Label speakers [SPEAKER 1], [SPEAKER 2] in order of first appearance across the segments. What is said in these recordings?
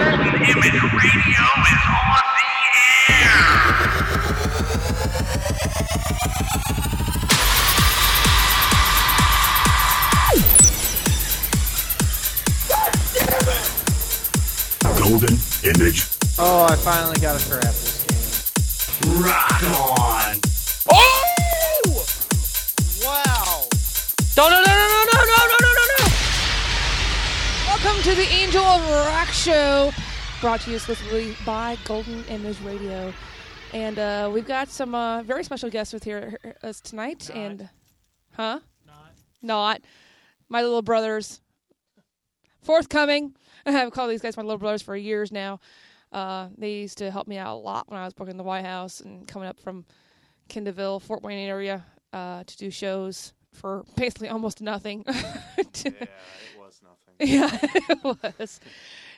[SPEAKER 1] Human Radio is on the air.
[SPEAKER 2] Golden Image
[SPEAKER 3] Oh, I finally got a crap this
[SPEAKER 2] Rock On.
[SPEAKER 4] Oh!
[SPEAKER 3] game. Wow.
[SPEAKER 4] No, no, no, no, no, no, no, no, no, no, no!
[SPEAKER 5] Welcome to the Angel of Rock Show, brought to you exclusively by Golden Image Radio. And uh, we've got some uh, very special guests with here us tonight. And, huh? Not. Not. My little brothers. Forthcoming. I've called these guys my little brothers for years now. Uh, they used to help me out a lot when I was working in the White House and coming up from Kindleville, Fort Wayne area uh, to do shows for basically almost nothing.
[SPEAKER 6] Yeah, it was nothing.
[SPEAKER 5] Yeah, it was.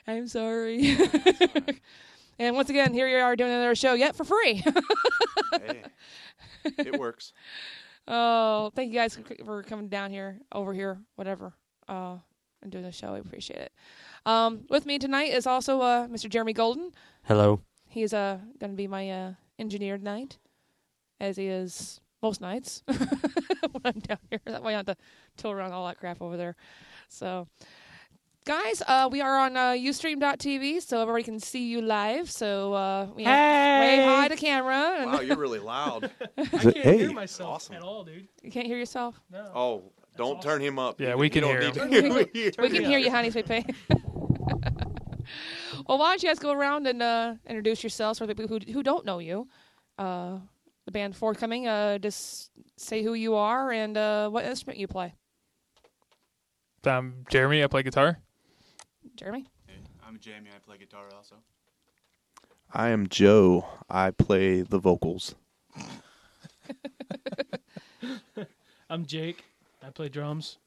[SPEAKER 5] I'm sorry. and once again, here you are doing another show yet for free.
[SPEAKER 6] Hey, it works.
[SPEAKER 5] oh, thank you guys for- for coming down here, over here, whatever, uh, and doing the show. I appreciate it. Um, with me tonight is also uh, Mr. Jeremy Golden.
[SPEAKER 7] Hello.
[SPEAKER 5] He's uh, going to be my uh, engineer tonight, as he is most nights when I'm down here. That way I don't have to tool around all that crap over there. So, guys, uh, we are on uh, Ustream.tv, so everybody can see you live. So, uh, we have wave high to camera. And
[SPEAKER 6] Wow, you're really loud.
[SPEAKER 8] I can't
[SPEAKER 7] hey.
[SPEAKER 8] hear myself
[SPEAKER 6] Awesome.
[SPEAKER 8] at all, dude.
[SPEAKER 5] You can't hear yourself?
[SPEAKER 8] No.
[SPEAKER 6] Oh, don't turn him up.
[SPEAKER 9] Yeah,
[SPEAKER 6] You-
[SPEAKER 9] we
[SPEAKER 6] you
[SPEAKER 9] can
[SPEAKER 6] don't
[SPEAKER 9] hear
[SPEAKER 6] need
[SPEAKER 9] him.
[SPEAKER 6] to- you-
[SPEAKER 5] We can hear you, honey, sweet pea. well, why don't you guys go around and uh, introduce yourselves for the people who, who don't know you? Uh, the band forthcoming. Uh, just say who you are and uh, what instrument you play.
[SPEAKER 9] I'm Um, Jeremy. I play guitar.
[SPEAKER 5] Jeremy.
[SPEAKER 10] I'm Jamie. I play guitar also.
[SPEAKER 6] I am Joe. I play the vocals.
[SPEAKER 8] I'm Jake. I play drums.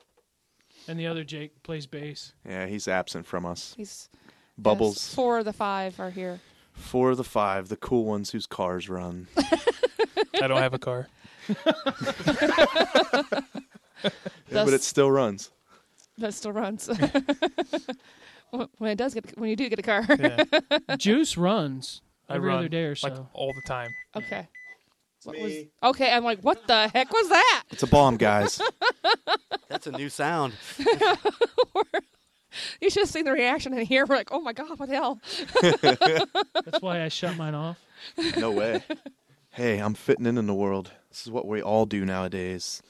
[SPEAKER 8] And the other Jake plays bass.
[SPEAKER 6] Yeah, he's absent from us.
[SPEAKER 5] He's yes,
[SPEAKER 6] Bubbles.
[SPEAKER 5] four of the five are here.
[SPEAKER 6] Four of the five, the cool ones whose cars run.
[SPEAKER 9] I don't have a car.
[SPEAKER 6] Yeah, but it still runs.
[SPEAKER 5] That still runs. when it does get, when you do get a car.
[SPEAKER 9] Yeah.
[SPEAKER 8] Juice runs
[SPEAKER 9] I
[SPEAKER 8] every
[SPEAKER 9] run
[SPEAKER 8] other day or so.
[SPEAKER 9] like all the time.
[SPEAKER 5] Okay. What was, okay, I'm like, what the heck was that?
[SPEAKER 6] It's a bomb, guys.
[SPEAKER 7] That's a new sound.
[SPEAKER 5] You should have seen the reaction in here. We're like, oh my god, what the hell?
[SPEAKER 8] That's why I shut mine off.
[SPEAKER 6] No way. Hey, I'm fitting in in the world. This is what we all do nowadays.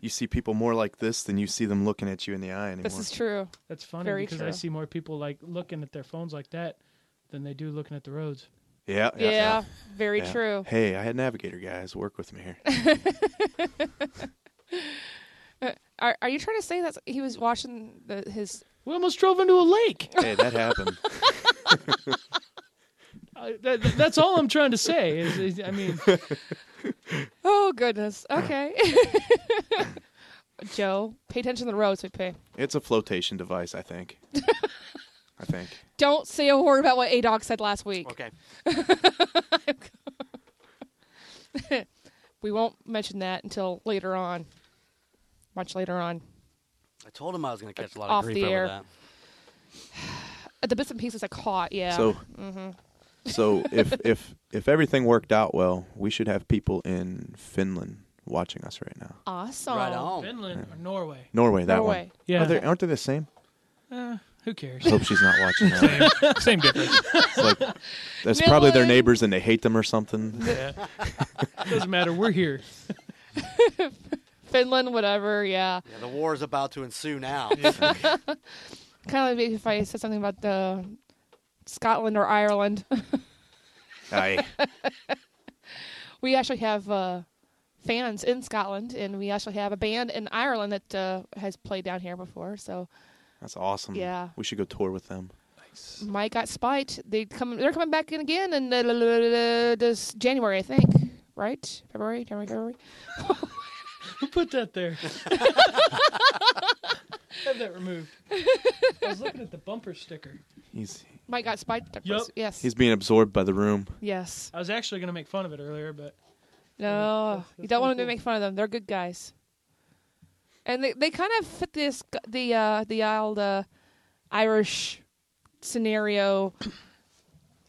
[SPEAKER 6] You see people more like this than you see them looking at you in the eye anymore.
[SPEAKER 5] This is true.
[SPEAKER 8] That's funny
[SPEAKER 5] Very
[SPEAKER 8] because
[SPEAKER 5] true.
[SPEAKER 8] I see more people like looking at their phones like that than they do looking at the roads.
[SPEAKER 6] Yeah,
[SPEAKER 5] Yeah, very
[SPEAKER 6] yeah.
[SPEAKER 5] true.
[SPEAKER 6] Hey, I had Navigator guys work with me here.
[SPEAKER 5] Are, are you trying to say that he was watching the, his?
[SPEAKER 8] We almost drove into a lake.
[SPEAKER 6] hey, that happened.
[SPEAKER 8] I, that, that's all I'm trying to say. Is, is- I mean,
[SPEAKER 5] Oh goodness. Okay. Joe, pay attention to the roads we pay.
[SPEAKER 6] It's a flotation device, I think. I think.
[SPEAKER 5] Don't say a word about what A Dog said last week.
[SPEAKER 7] Okay.
[SPEAKER 5] We won't mention that until later on. Much later on.
[SPEAKER 7] I told him I was going to catch a lot
[SPEAKER 5] Off
[SPEAKER 7] of grief
[SPEAKER 5] the air.
[SPEAKER 7] over that.
[SPEAKER 5] Uh, The bits and pieces I caught. Yeah. Mm-hmm.
[SPEAKER 6] So, so if if if everything worked out well, we should have people in Finland watching us right now.
[SPEAKER 5] awesome.
[SPEAKER 10] Oh,
[SPEAKER 7] Right on.
[SPEAKER 8] Finland or Norway.
[SPEAKER 6] Norway, that
[SPEAKER 5] Norway.
[SPEAKER 6] one.
[SPEAKER 8] Yeah.
[SPEAKER 6] Are they, aren't they the same?
[SPEAKER 8] Who cares?
[SPEAKER 6] I hope she's not watching that.
[SPEAKER 9] Same, same difference.
[SPEAKER 6] It's like, that's probably their
[SPEAKER 5] Finland.
[SPEAKER 6] neighbors and they hate them or something.
[SPEAKER 9] Yeah.
[SPEAKER 8] Doesn't matter. We're here.
[SPEAKER 5] Finland, whatever. Yeah.
[SPEAKER 7] Yeah, the war is about to ensue now.
[SPEAKER 5] Kind of like if I said something about the Scotland or Ireland.
[SPEAKER 6] Aye.
[SPEAKER 5] we actually have uh, fans in Scotland, and we actually have a band in Ireland that uh, has played down here before. So
[SPEAKER 6] That's awesome.
[SPEAKER 5] Yeah.
[SPEAKER 6] We should go tour with them.
[SPEAKER 5] Mike got spiked. They come. They're coming back in again in uh, this January, I think. Right? February, January, February.
[SPEAKER 8] Who put that there? Have that removed. I was looking at the bumper sticker.
[SPEAKER 6] He's
[SPEAKER 5] Mike got spiked.
[SPEAKER 8] Yup.
[SPEAKER 5] Yes.
[SPEAKER 6] he's being absorbed by the room.
[SPEAKER 5] yes.
[SPEAKER 8] I was actually going to make fun of it earlier, but
[SPEAKER 5] No,
[SPEAKER 8] that's-
[SPEAKER 5] you
[SPEAKER 8] that's
[SPEAKER 5] don't want
[SPEAKER 8] pretty
[SPEAKER 5] to make fun of them. They're good guys, and they they kind of fit this the uh, the old uh, Irish scenario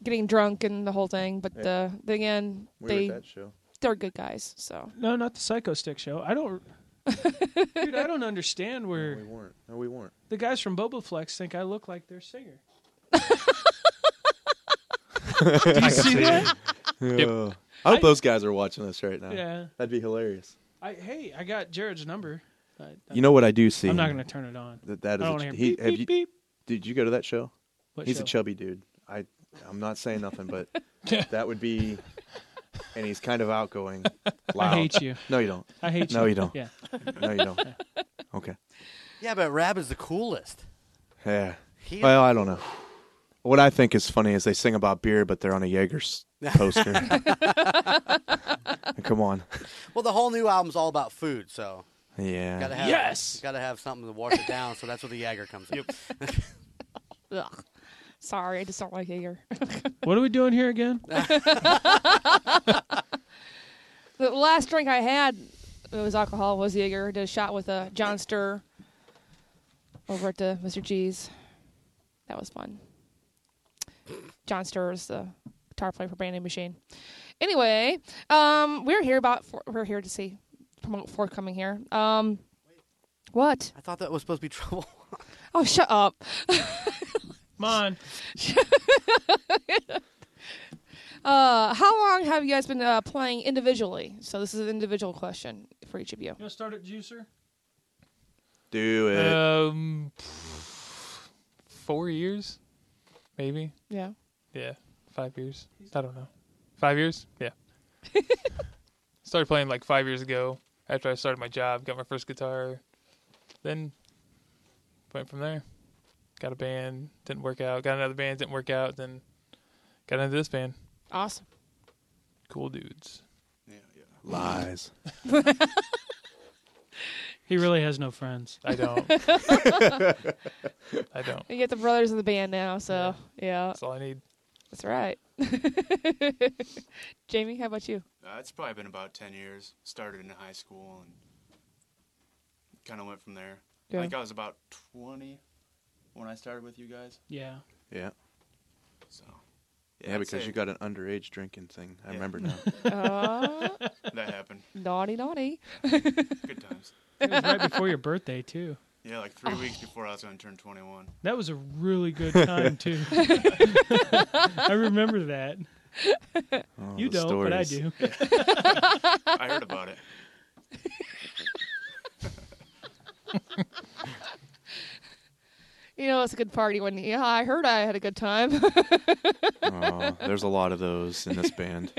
[SPEAKER 5] getting drunk and the whole thing. But
[SPEAKER 6] Yeah.
[SPEAKER 5] uh, then again,
[SPEAKER 6] We were
[SPEAKER 5] they
[SPEAKER 6] at that show.
[SPEAKER 5] they're good guys. So
[SPEAKER 8] No, not the Psycho Stick show. I don't. Dude, I don't understand where
[SPEAKER 6] No, we weren't. No, we weren't.
[SPEAKER 8] the guys from Boba Flex think I look like their singer.
[SPEAKER 9] I can see that. Yep.
[SPEAKER 6] Ugh. I hope those guys are watching us right now.
[SPEAKER 8] Yeah.
[SPEAKER 6] That'd be hilarious.
[SPEAKER 8] I hey, I got Jared's number. I,
[SPEAKER 6] You know what I do see?
[SPEAKER 8] I'm not gonna turn it on.
[SPEAKER 6] That, that
[SPEAKER 8] I
[SPEAKER 6] is
[SPEAKER 8] don't
[SPEAKER 6] a-
[SPEAKER 8] want to
[SPEAKER 6] he,
[SPEAKER 8] hear beep,
[SPEAKER 6] have
[SPEAKER 8] beep,
[SPEAKER 6] you,
[SPEAKER 8] beep.
[SPEAKER 6] Did you go to that show?
[SPEAKER 8] What
[SPEAKER 6] he's
[SPEAKER 8] show?
[SPEAKER 6] a chubby dude. I I'm not saying nothing, but that would be. And he's kind of outgoing. Loud.
[SPEAKER 8] I hate you.
[SPEAKER 6] No, you don't.
[SPEAKER 8] I hate you.
[SPEAKER 6] No, you don't.
[SPEAKER 8] Yeah.
[SPEAKER 6] No, you don't. Okay.
[SPEAKER 7] Yeah, but Rab is the coolest.
[SPEAKER 6] Yeah.
[SPEAKER 7] He
[SPEAKER 6] Well, I don't know. What I think is funny is they sing about beer, but they're on a Jaeger's poster. Come on.
[SPEAKER 7] well, the whole new album's all about food, so
[SPEAKER 6] Yeah.
[SPEAKER 7] gotta have
[SPEAKER 8] Yes!
[SPEAKER 7] gotta have something to wash it down. So that's where the Jagger comes in.
[SPEAKER 5] ugh. sorry, I just don't like Jaeger.
[SPEAKER 8] What are we doing here again?
[SPEAKER 5] the last drink I had it was alcohol was Jaeger. Did a shot with a John Stir over at the Mr. G's. That was fun. John Stir is the guitar player for Brand New Machine. Anyway, um, we're here about for, we're here to see promote forthcoming here. Um, what?
[SPEAKER 7] I thought that was supposed to be trouble.
[SPEAKER 5] Oh, shut up.
[SPEAKER 8] Come on.
[SPEAKER 5] Uh, how long have you guys been uh, playing individually? So this is an individual question for each of you.
[SPEAKER 8] You want to start at Juicer?
[SPEAKER 6] Do it.
[SPEAKER 8] Uh,
[SPEAKER 9] Um, four years, maybe.
[SPEAKER 5] Yeah.
[SPEAKER 9] Yeah, five years. I don't know. Five years? Yeah. started playing like five years ago after I started my job, got my first guitar. Then went from there. Got a band, didn't work out. Got another band, didn't work out. Then got into this band.
[SPEAKER 5] Awesome.
[SPEAKER 9] Cool dudes.
[SPEAKER 10] Yeah, yeah.
[SPEAKER 6] Lies.
[SPEAKER 8] He really has no friends.
[SPEAKER 9] I don't. I don't.
[SPEAKER 5] You get the brothers in the band now, so yeah,
[SPEAKER 9] That's all I need.
[SPEAKER 5] that's right. Jamie, how about you?
[SPEAKER 10] Uh, it's probably been about 10 years. Started in high school and kind of went from there.
[SPEAKER 5] Yeah.
[SPEAKER 10] I think I was about 20 when I started with you guys.
[SPEAKER 8] Yeah.
[SPEAKER 6] Yeah.
[SPEAKER 10] So
[SPEAKER 6] Yeah,
[SPEAKER 10] I'd
[SPEAKER 6] because
[SPEAKER 10] say
[SPEAKER 6] you got an underage drinking thing. I
[SPEAKER 10] Yeah.
[SPEAKER 6] remember now.
[SPEAKER 5] Uh,
[SPEAKER 10] that happened.
[SPEAKER 5] naughty, naughty.
[SPEAKER 10] Good times.
[SPEAKER 8] It was right before your birthday too.
[SPEAKER 10] Yeah, like
[SPEAKER 7] Oh.
[SPEAKER 10] three weeks before I was going to turn 21.
[SPEAKER 8] That was a really good time too. I remember that.
[SPEAKER 6] Oh,
[SPEAKER 8] you
[SPEAKER 6] the
[SPEAKER 8] don't, but I
[SPEAKER 6] stories.
[SPEAKER 8] do.
[SPEAKER 10] I heard about it.
[SPEAKER 5] You know, it's a good party when yeah, I heard I had a good time.
[SPEAKER 6] Aw, Oh, there's a lot of those in this band.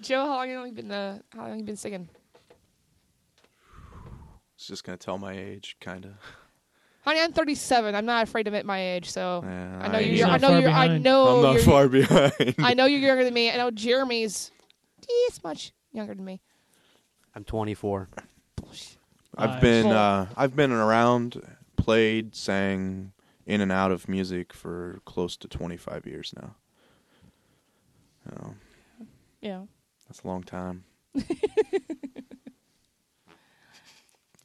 [SPEAKER 5] Joe, how long have you been? Uh, how long have you been singing?
[SPEAKER 6] It's just gonna tell my age, kind of.
[SPEAKER 5] Honey, I'm 37. I'm not afraid to admit my age, so
[SPEAKER 6] Yeah,
[SPEAKER 5] I know
[SPEAKER 6] I-
[SPEAKER 5] you're.
[SPEAKER 6] He's
[SPEAKER 5] young- I
[SPEAKER 8] not
[SPEAKER 5] know
[SPEAKER 8] far
[SPEAKER 5] you're. I
[SPEAKER 8] behind.
[SPEAKER 5] know
[SPEAKER 6] I'm not
[SPEAKER 5] Oh, you're.
[SPEAKER 6] far behind.
[SPEAKER 5] I know you're younger than me. I know Jeremy's. This much younger than me.
[SPEAKER 7] I'm 24.
[SPEAKER 5] Bullshit.
[SPEAKER 6] I've
[SPEAKER 8] Uh,
[SPEAKER 6] been
[SPEAKER 5] Well-
[SPEAKER 6] uh, I've been around, played, sang in and out of music for close to 25 years now. Oh,
[SPEAKER 5] Yeah.
[SPEAKER 6] that's a long time.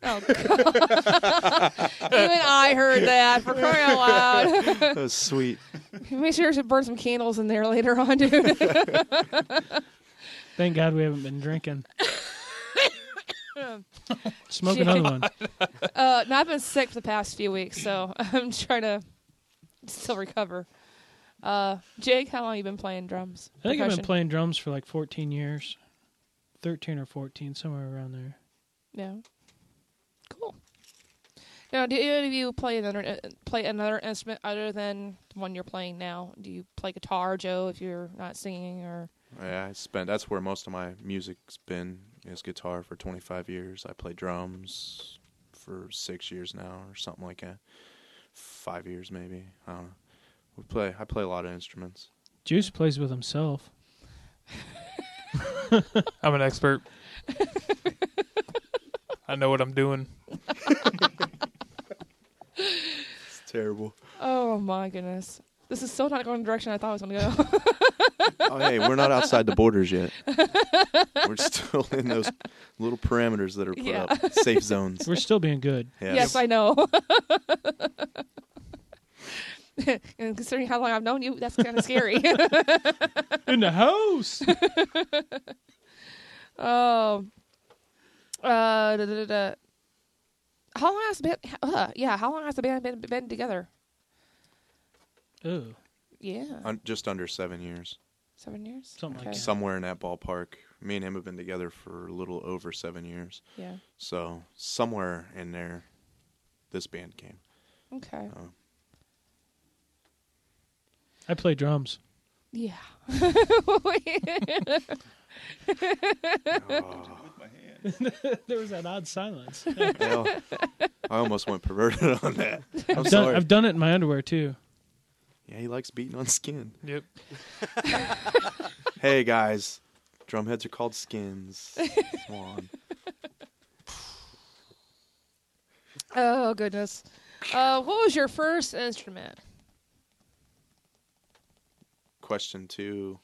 [SPEAKER 5] Oh God! you and I heard that for crying out loud.
[SPEAKER 6] that was sweet.
[SPEAKER 5] Make sure to burn some candles in there later on, dude.
[SPEAKER 8] Thank God we haven't been drinking. Smoke
[SPEAKER 5] Shit.
[SPEAKER 8] another one.
[SPEAKER 5] uh, no, I've been sick the past few weeks, so I'm trying to still recover. Uh, Jake, how long you been playing drums?
[SPEAKER 8] I think I've been
[SPEAKER 5] Percussion?
[SPEAKER 8] playing drums for like 14 years, 13 or 14, somewhere around there.
[SPEAKER 5] Yeah. Cool. Now, do any of you play another uh, play another instrument other than the one you're playing now? Do you play guitar, Joe, if you're not singing, or
[SPEAKER 6] Yeah, I spent. That's where most of my music's been is guitar for 25 years. I play drums for six years now, or something like that. Five years maybe. I don't know. We play. I play a lot of instruments.
[SPEAKER 8] Juice plays with himself.
[SPEAKER 9] I'm an expert. I know what I'm doing.
[SPEAKER 6] It's terrible.
[SPEAKER 5] oh my goodness, this is so not going the direction I thought it was going to go.
[SPEAKER 6] oh, hey, we're not outside the borders yet. we're still in those little parameters that are put
[SPEAKER 5] Yeah.
[SPEAKER 6] up, safe zones.
[SPEAKER 8] We're still being good.
[SPEAKER 5] Yes, I know. and considering how long I've known you, that's kind of scary.
[SPEAKER 8] In the house.
[SPEAKER 5] Oh. Uh, da, da, da, da. How long has been? Uh, yeah, how long has the band been, been together?
[SPEAKER 8] Ooh,
[SPEAKER 5] Yeah,
[SPEAKER 6] Un- just under seven years,
[SPEAKER 5] seven years.
[SPEAKER 8] Something like
[SPEAKER 5] Okay.
[SPEAKER 8] that.
[SPEAKER 6] somewhere in Uh, that ballpark. Me and him have been together for a little over seven years,
[SPEAKER 5] Yeah.
[SPEAKER 6] so somewhere in there, this band came.
[SPEAKER 5] Okay.
[SPEAKER 6] Um,
[SPEAKER 8] I play drums.
[SPEAKER 5] Yeah.
[SPEAKER 8] There was that odd silence.
[SPEAKER 6] hell, I almost went perverted on that. I'm
[SPEAKER 8] I've done,
[SPEAKER 6] sorry.
[SPEAKER 8] I've done it in my underwear too.
[SPEAKER 6] Yeah, he likes beating on skin.
[SPEAKER 9] Yep.
[SPEAKER 6] Hey guys, drumheads are called skins. Come on.
[SPEAKER 5] oh goodness. Uh, what was your first instrument?
[SPEAKER 6] Question two.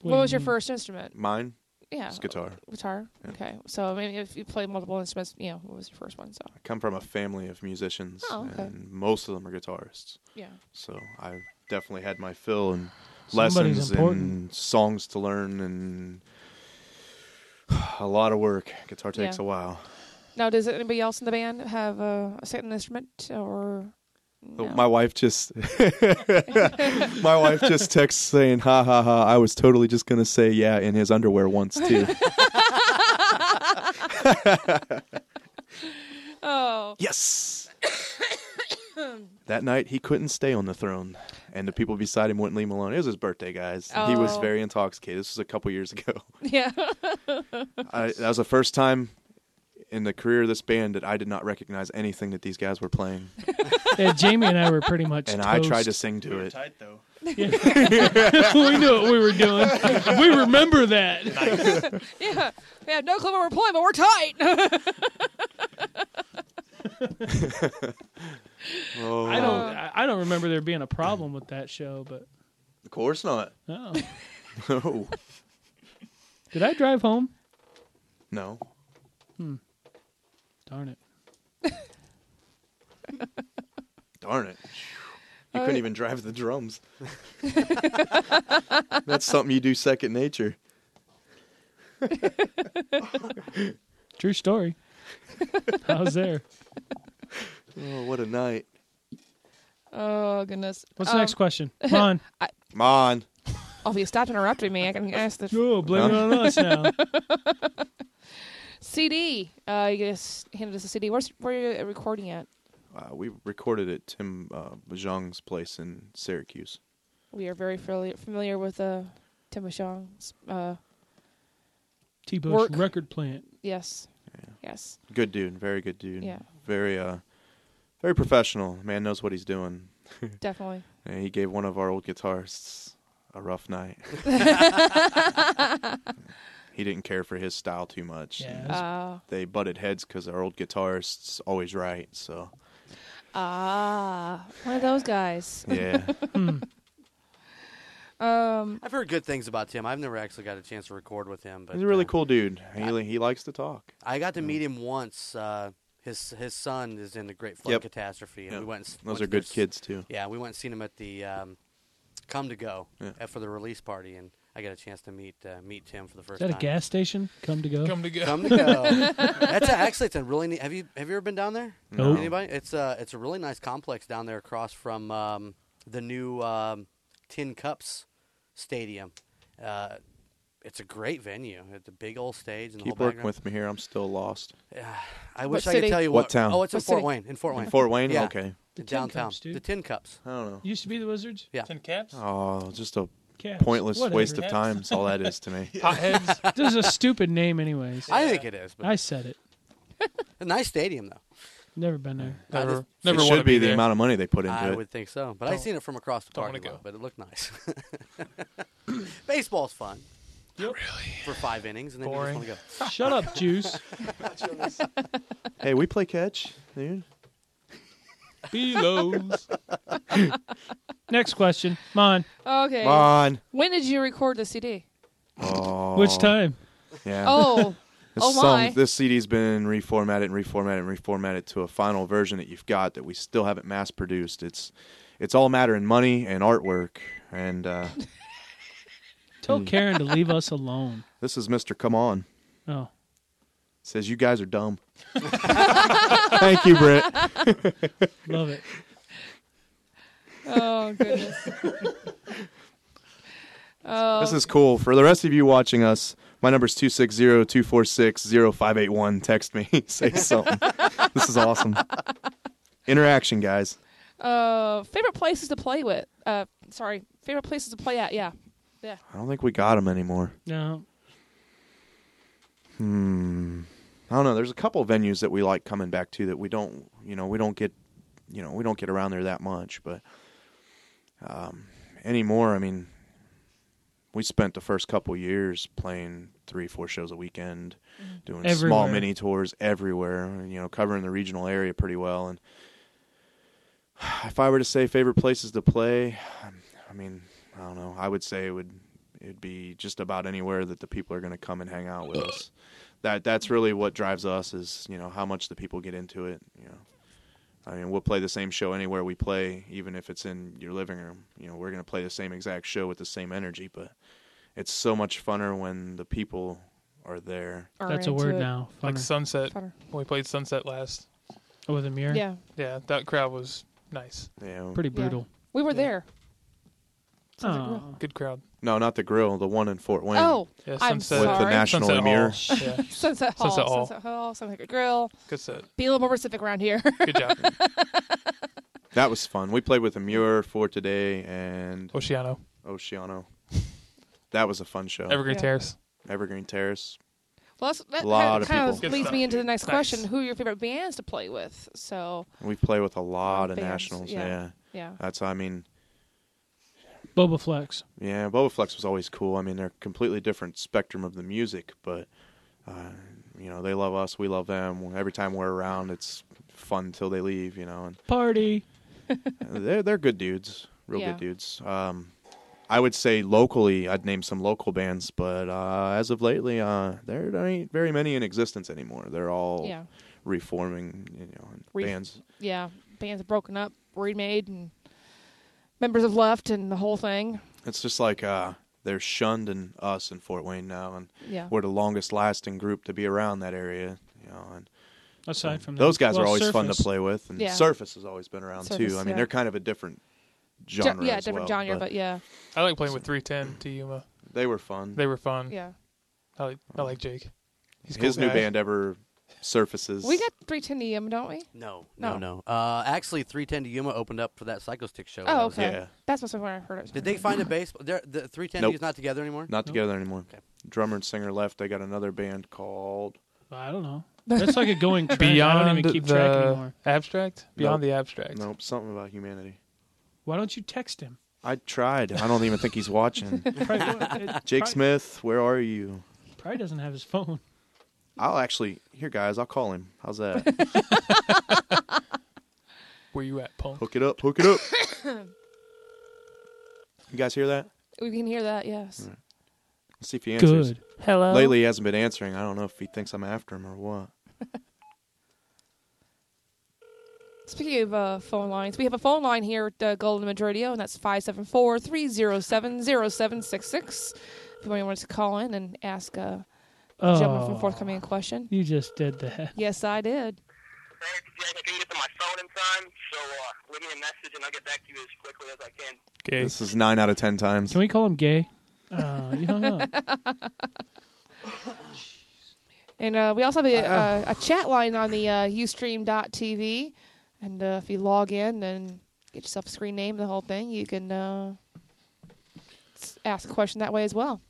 [SPEAKER 5] What,
[SPEAKER 8] do you
[SPEAKER 5] was your
[SPEAKER 8] mean?
[SPEAKER 5] first instrument?
[SPEAKER 6] Mine
[SPEAKER 5] Yeah.
[SPEAKER 6] is guitar.
[SPEAKER 5] Guitar.
[SPEAKER 6] Yeah.
[SPEAKER 5] Okay. So I mean, if you play multiple instruments, you know, what was your first one? So
[SPEAKER 6] I come from a family of musicians,
[SPEAKER 5] Oh, okay.
[SPEAKER 6] and most of them are guitarists.
[SPEAKER 5] yeah.
[SPEAKER 6] So I've definitely had my fill and
[SPEAKER 8] Somebody's
[SPEAKER 6] lessons and
[SPEAKER 8] important.
[SPEAKER 6] songs to learn and a lot of work. Guitar takes
[SPEAKER 5] Yeah.
[SPEAKER 6] a while.
[SPEAKER 5] Now, does anybody else in the band have a, a second instrument or? No.
[SPEAKER 6] Oh, My wife just my wife just texts saying, "Ha ha ha! I was totally just gonna say yeah in his underwear once too."
[SPEAKER 5] oh.
[SPEAKER 6] yes. that night he couldn't stay on the throne, and the people beside him wouldn't leave him alone. It was his birthday, guys. He was
[SPEAKER 5] Oh.
[SPEAKER 6] very intoxicated. This was a couple years ago.
[SPEAKER 5] Yeah.
[SPEAKER 6] I, that was the first time in the career of this band that I did not recognize anything that these guys were playing,
[SPEAKER 8] Yeah, Jamie and I were pretty much.
[SPEAKER 6] and I tried to
[SPEAKER 8] toast.
[SPEAKER 6] sing to
[SPEAKER 10] You're
[SPEAKER 6] it.
[SPEAKER 10] tight though.
[SPEAKER 8] we knew what we were doing. we remember that.
[SPEAKER 5] yeah. We have no clue what we're playing, but we're tight.
[SPEAKER 6] Oh,
[SPEAKER 8] I don't. I- I don't remember there being a problem with that show, but
[SPEAKER 6] of course not.
[SPEAKER 8] no.
[SPEAKER 6] No,
[SPEAKER 8] Did I drive home?
[SPEAKER 6] no.
[SPEAKER 8] Darn it.
[SPEAKER 6] Darn it. You couldn't even drive the drums. That's something you do second nature.
[SPEAKER 8] True story. I was there.
[SPEAKER 6] Oh, what a night.
[SPEAKER 5] oh goodness.
[SPEAKER 8] What's
[SPEAKER 5] Um,
[SPEAKER 8] the next question? Ron.
[SPEAKER 6] Mon.
[SPEAKER 5] Oh, if you stopped interrupting me, I can ask the
[SPEAKER 8] Oh, blame it on us now.
[SPEAKER 5] CD. Uh, you just handed us a CD. Where's where are you recording at?
[SPEAKER 6] Uh, we recorded at Tim uh, Zhang's place in Syracuse.
[SPEAKER 5] We are very familiar familiar with uh, Tim Michong's, uh
[SPEAKER 8] T
[SPEAKER 5] Work.
[SPEAKER 8] Bush record plant.
[SPEAKER 5] Yes. Yes.
[SPEAKER 6] Good dude. Very good dude.
[SPEAKER 5] Yeah.
[SPEAKER 6] Very, uh, very professional. Man knows what he's doing.
[SPEAKER 5] Definitely.
[SPEAKER 6] And he gave one of our old guitarists a rough night. he didn't care for his style too much.
[SPEAKER 8] Yeah.
[SPEAKER 5] Uh,
[SPEAKER 6] They butted heads because our old guitarist's always right. So,
[SPEAKER 5] ah, one of those guys.
[SPEAKER 6] yeah.
[SPEAKER 5] Um,
[SPEAKER 7] I've heard good things about Tim. I've never actually got a chance to record with him, but
[SPEAKER 6] He's a really
[SPEAKER 7] uh,
[SPEAKER 6] cool dude. He he likes to talk.
[SPEAKER 7] I got to meet him once. Uh, his his son is in the Great Flood
[SPEAKER 6] Yep.
[SPEAKER 7] Catastrophe, and
[SPEAKER 6] Yep.
[SPEAKER 7] we went. and s- went
[SPEAKER 6] Those
[SPEAKER 7] to
[SPEAKER 6] are good
[SPEAKER 7] their s-
[SPEAKER 6] kids too.
[SPEAKER 7] Yeah, we went and seen him at the um, Come to Go
[SPEAKER 6] Yeah.
[SPEAKER 7] uh, for the release party, and I got a chance to meet uh, meet Tim for the first
[SPEAKER 8] Is that a
[SPEAKER 7] time.
[SPEAKER 8] gas station? Come to go.
[SPEAKER 9] Come to go.
[SPEAKER 7] Come to Go. That's a, actually it's a really neat. Have you have you ever been down there?
[SPEAKER 8] No.
[SPEAKER 7] Anybody? It's a it's a really nice complex down there across from um, the new um, Tin Cups Stadium. Uh, it's a great venue. It's a big old stage and the
[SPEAKER 6] Keep
[SPEAKER 7] whole
[SPEAKER 6] working
[SPEAKER 7] background.
[SPEAKER 6] with me here. I'm still lost.
[SPEAKER 7] I wish
[SPEAKER 5] What
[SPEAKER 7] I could
[SPEAKER 5] city?
[SPEAKER 7] tell you
[SPEAKER 6] What
[SPEAKER 7] what,
[SPEAKER 6] town?
[SPEAKER 7] Oh, it's in
[SPEAKER 5] What
[SPEAKER 7] Fort
[SPEAKER 5] city?
[SPEAKER 7] Wayne. In Fort Wayne.
[SPEAKER 6] In Fort Wayne?
[SPEAKER 7] Yeah.
[SPEAKER 6] Okay.
[SPEAKER 7] The
[SPEAKER 8] Tin
[SPEAKER 7] downtown.
[SPEAKER 8] Cups, dude.
[SPEAKER 7] the Tin Cups.
[SPEAKER 6] I don't know.
[SPEAKER 8] Used to be the Wizards.
[SPEAKER 7] Yeah.
[SPEAKER 9] Tin caps.
[SPEAKER 6] Oh, just a
[SPEAKER 8] Cats.
[SPEAKER 6] pointless
[SPEAKER 8] Whatever.
[SPEAKER 6] waste of time. Is all that is to me.
[SPEAKER 9] Hotheads.
[SPEAKER 8] This is a stupid name, anyways.
[SPEAKER 7] I think it is. But
[SPEAKER 8] I said it.
[SPEAKER 7] a nice stadium, though.
[SPEAKER 8] Never been there.
[SPEAKER 9] Never,
[SPEAKER 7] just-
[SPEAKER 9] never
[SPEAKER 6] it
[SPEAKER 9] want
[SPEAKER 6] should
[SPEAKER 9] to
[SPEAKER 6] be,
[SPEAKER 9] be,
[SPEAKER 6] the
[SPEAKER 9] there.
[SPEAKER 6] amount of money they put into
[SPEAKER 7] I
[SPEAKER 6] it.
[SPEAKER 7] would think so. But I seen it from across the
[SPEAKER 9] don't
[SPEAKER 7] parking
[SPEAKER 9] wanna
[SPEAKER 7] lot,
[SPEAKER 9] go.
[SPEAKER 7] but it looked nice. Baseball's fun. Really? For five innings, and then you
[SPEAKER 9] Boring.
[SPEAKER 7] just want to go.
[SPEAKER 8] Shut up, Juice.
[SPEAKER 6] Hey, we play catch, dude.
[SPEAKER 9] Belows.
[SPEAKER 8] Next question. Mon.
[SPEAKER 5] okay.
[SPEAKER 6] Come on.
[SPEAKER 5] When did you record the CD?
[SPEAKER 6] Oh,
[SPEAKER 8] Which time?
[SPEAKER 6] Yeah.
[SPEAKER 5] Oh,
[SPEAKER 6] This
[SPEAKER 5] oh
[SPEAKER 6] song,
[SPEAKER 5] my.
[SPEAKER 6] this CD's been reformatted and reformatted and reformatted to a final version that you've got that we still haven't mass produced. It's it's all a matter in money and artwork. And uh,
[SPEAKER 8] Tell Karen to leave us alone.
[SPEAKER 6] this is Mister Come On.
[SPEAKER 8] Oh,
[SPEAKER 6] Says you guys are dumb. Thank you, Britt.
[SPEAKER 8] love it.
[SPEAKER 5] Oh goodness. oh,
[SPEAKER 6] This is cool. For the rest of you watching us, my number's 260-246-0581. Text me. Say something. this is awesome. Interaction, guys.
[SPEAKER 5] uh, favorite places to play with. Uh, sorry, favorite places to play at. Yeah, yeah.
[SPEAKER 6] I don't think we got them anymore.
[SPEAKER 8] No,
[SPEAKER 6] I don't know. There's a couple of venues that we like coming back to that we don't, you know, we don't get, you know, we don't get around there that much. But um, anymore, I mean, we spent the first couple years playing three, four shows a weekend, doing small
[SPEAKER 8] Everywhere.
[SPEAKER 6] mini tours everywhere. You know, covering the regional area pretty well. And if I were to say favorite places to play, I mean, I don't know. I would say it would it'd be just about anywhere that the people are going to come and hang out with us. That that's really what drives us is you know how much the people get into it. You know, I mean, we'll play the same show anywhere we play, even if it's in your living room. You know, we're going to play the same exact show with the same energy, but it's so much funner when the people are there.
[SPEAKER 5] Are
[SPEAKER 8] that's a
[SPEAKER 5] into
[SPEAKER 8] word
[SPEAKER 5] it.
[SPEAKER 8] now.
[SPEAKER 9] Like
[SPEAKER 8] Funner.
[SPEAKER 9] Sunset.
[SPEAKER 5] Funner.
[SPEAKER 9] When we played Sunset last.
[SPEAKER 8] Oh, with a mirror.
[SPEAKER 5] Yeah,
[SPEAKER 9] Yeah, that crowd was nice.
[SPEAKER 6] You know,
[SPEAKER 8] pretty
[SPEAKER 5] Yeah.
[SPEAKER 8] brutal.
[SPEAKER 5] we were there. Sounds like
[SPEAKER 8] Oh.
[SPEAKER 5] real-
[SPEAKER 9] Good crowd.
[SPEAKER 6] no, not the grill, the one in Fort Wayne.
[SPEAKER 5] Oh,
[SPEAKER 9] Yeah,
[SPEAKER 5] I'm
[SPEAKER 9] Sunset.
[SPEAKER 6] with
[SPEAKER 5] sorry.
[SPEAKER 6] the National
[SPEAKER 9] Sunset
[SPEAKER 6] Emir.
[SPEAKER 9] Hall. Yeah,
[SPEAKER 5] Sunset Hall,
[SPEAKER 9] Sunset Hall.
[SPEAKER 5] Sunset Hall, Sunset Grill.
[SPEAKER 9] good set.
[SPEAKER 5] Be a little more specific around here.
[SPEAKER 9] Good job.
[SPEAKER 6] That was fun. We played with a Muir for today and
[SPEAKER 9] Oceano.
[SPEAKER 6] Oceano. That was a fun show.
[SPEAKER 9] Evergreen
[SPEAKER 5] Yeah.
[SPEAKER 9] Terrace.
[SPEAKER 6] Evergreen Terrace.
[SPEAKER 5] well, that's, that
[SPEAKER 6] Lot
[SPEAKER 5] kind
[SPEAKER 6] of
[SPEAKER 5] kind of
[SPEAKER 6] people.
[SPEAKER 9] Good
[SPEAKER 5] leads
[SPEAKER 9] stuff,
[SPEAKER 5] me into the
[SPEAKER 9] dude.
[SPEAKER 5] next
[SPEAKER 9] Nice.
[SPEAKER 5] question: Who are your favorite bands to play with? So,
[SPEAKER 6] We play with a lot of
[SPEAKER 5] Bands,
[SPEAKER 6] nationals.
[SPEAKER 5] yeah.
[SPEAKER 6] Yeah.
[SPEAKER 5] yeah,
[SPEAKER 6] That's, I mean,
[SPEAKER 8] Boba Flex.
[SPEAKER 6] yeah, Boba Flex was always cool. I mean, they're completely different spectrum of the music, but, uh, you know, they love us. We love them. Every time we're around, it's fun till they leave, you know.
[SPEAKER 8] Party.
[SPEAKER 6] And they're, they're good dudes, real
[SPEAKER 5] Yeah.
[SPEAKER 6] good dudes. Um, I would say locally, I'd name some local bands, but uh, as of lately, uh, there ain't very many in existence anymore. They're all
[SPEAKER 5] yeah,
[SPEAKER 6] reforming, you know, and
[SPEAKER 5] Re-
[SPEAKER 6] bands.
[SPEAKER 5] yeah. Bands have broken up, remade, and members have left, and the whole thing.
[SPEAKER 6] It's just like uh, they're shunned in us in Fort Wayne now, and
[SPEAKER 5] Yeah,
[SPEAKER 6] we're the longest lasting group to be around that area. You know, and
[SPEAKER 8] Aside from
[SPEAKER 6] those
[SPEAKER 8] that.
[SPEAKER 6] guys are
[SPEAKER 8] Well,
[SPEAKER 6] always fun
[SPEAKER 8] Surface.
[SPEAKER 6] to play with, and
[SPEAKER 5] Yeah.
[SPEAKER 6] Surface has always been around
[SPEAKER 5] Surface,
[SPEAKER 6] too. I mean,
[SPEAKER 5] yeah.
[SPEAKER 6] they're kind of a different
[SPEAKER 5] Ge-
[SPEAKER 6] genre.
[SPEAKER 5] yeah,
[SPEAKER 6] as
[SPEAKER 5] different
[SPEAKER 6] well,
[SPEAKER 5] genre, but, yeah,
[SPEAKER 9] I like playing with 310 to Yuma.
[SPEAKER 6] they were fun.
[SPEAKER 9] They were fun.
[SPEAKER 5] yeah.
[SPEAKER 9] I like, I like Jake. He's a
[SPEAKER 6] His
[SPEAKER 9] cool
[SPEAKER 6] new
[SPEAKER 9] guy.
[SPEAKER 6] band ever surfaces.
[SPEAKER 5] We got three ten EM, don't we?
[SPEAKER 7] No, no,
[SPEAKER 5] No.
[SPEAKER 7] no. Uh, actually, 310 to Yuma opened up for that Psycho Stick show.
[SPEAKER 5] Oh,
[SPEAKER 7] That was
[SPEAKER 5] okay.
[SPEAKER 6] yeah.
[SPEAKER 5] That's what's where I heard it.
[SPEAKER 7] Did they find a bass? They're, the 310
[SPEAKER 6] Nope.
[SPEAKER 7] is not together anymore.
[SPEAKER 6] not together anymore.
[SPEAKER 7] Okay.
[SPEAKER 6] Drummer and singer left. They got another band called.
[SPEAKER 8] I don't know. That's like a going trend.
[SPEAKER 9] Beyond
[SPEAKER 8] I don't even keep
[SPEAKER 9] the
[SPEAKER 8] track anymore.
[SPEAKER 9] abstract. Beyond
[SPEAKER 6] Nope.
[SPEAKER 9] the abstract.
[SPEAKER 6] Nope, something about humanity.
[SPEAKER 8] Why don't you text him?
[SPEAKER 6] I tried. I don't even think he's watching.
[SPEAKER 8] Probably, it
[SPEAKER 6] Jake
[SPEAKER 8] probably-
[SPEAKER 6] Smith, where are you?
[SPEAKER 8] probably doesn't have his phone.
[SPEAKER 6] I'll actually here, guys. I'll call him. How's that?
[SPEAKER 9] Where you at, punk?
[SPEAKER 6] Hook it up, hook it up. you guys hear that?
[SPEAKER 5] We can hear that.
[SPEAKER 6] Mm.
[SPEAKER 5] Yes.
[SPEAKER 6] Let's see if he answers.
[SPEAKER 8] Good.
[SPEAKER 5] Hello.
[SPEAKER 6] Lately, he hasn't been answering. I don't know if he thinks I'm after him or what.
[SPEAKER 5] Speaking of uh, phone lines, we have a phone line here at uh, Golden Image Radio, and that's 574 307 0766. If anyone wants to call in and ask uh,
[SPEAKER 8] Oh,
[SPEAKER 5] gentleman from forthcoming a question.
[SPEAKER 8] you just did that.
[SPEAKER 5] Yes, I did.
[SPEAKER 1] Hey, you guys, I couldn't get to my phone in time, so uh, leave me a message and I'll get back to you as quickly as I can.
[SPEAKER 9] Okay.
[SPEAKER 6] This is nine out of ten times.
[SPEAKER 8] Can we call him gay? Uh, you hung up.
[SPEAKER 5] And uh, we also have a, uh, a chat line on the uh, Ustream.tv. And uh, if you log in and get yourself a screen name, the whole thing, you can uh, s- ask a question that way as well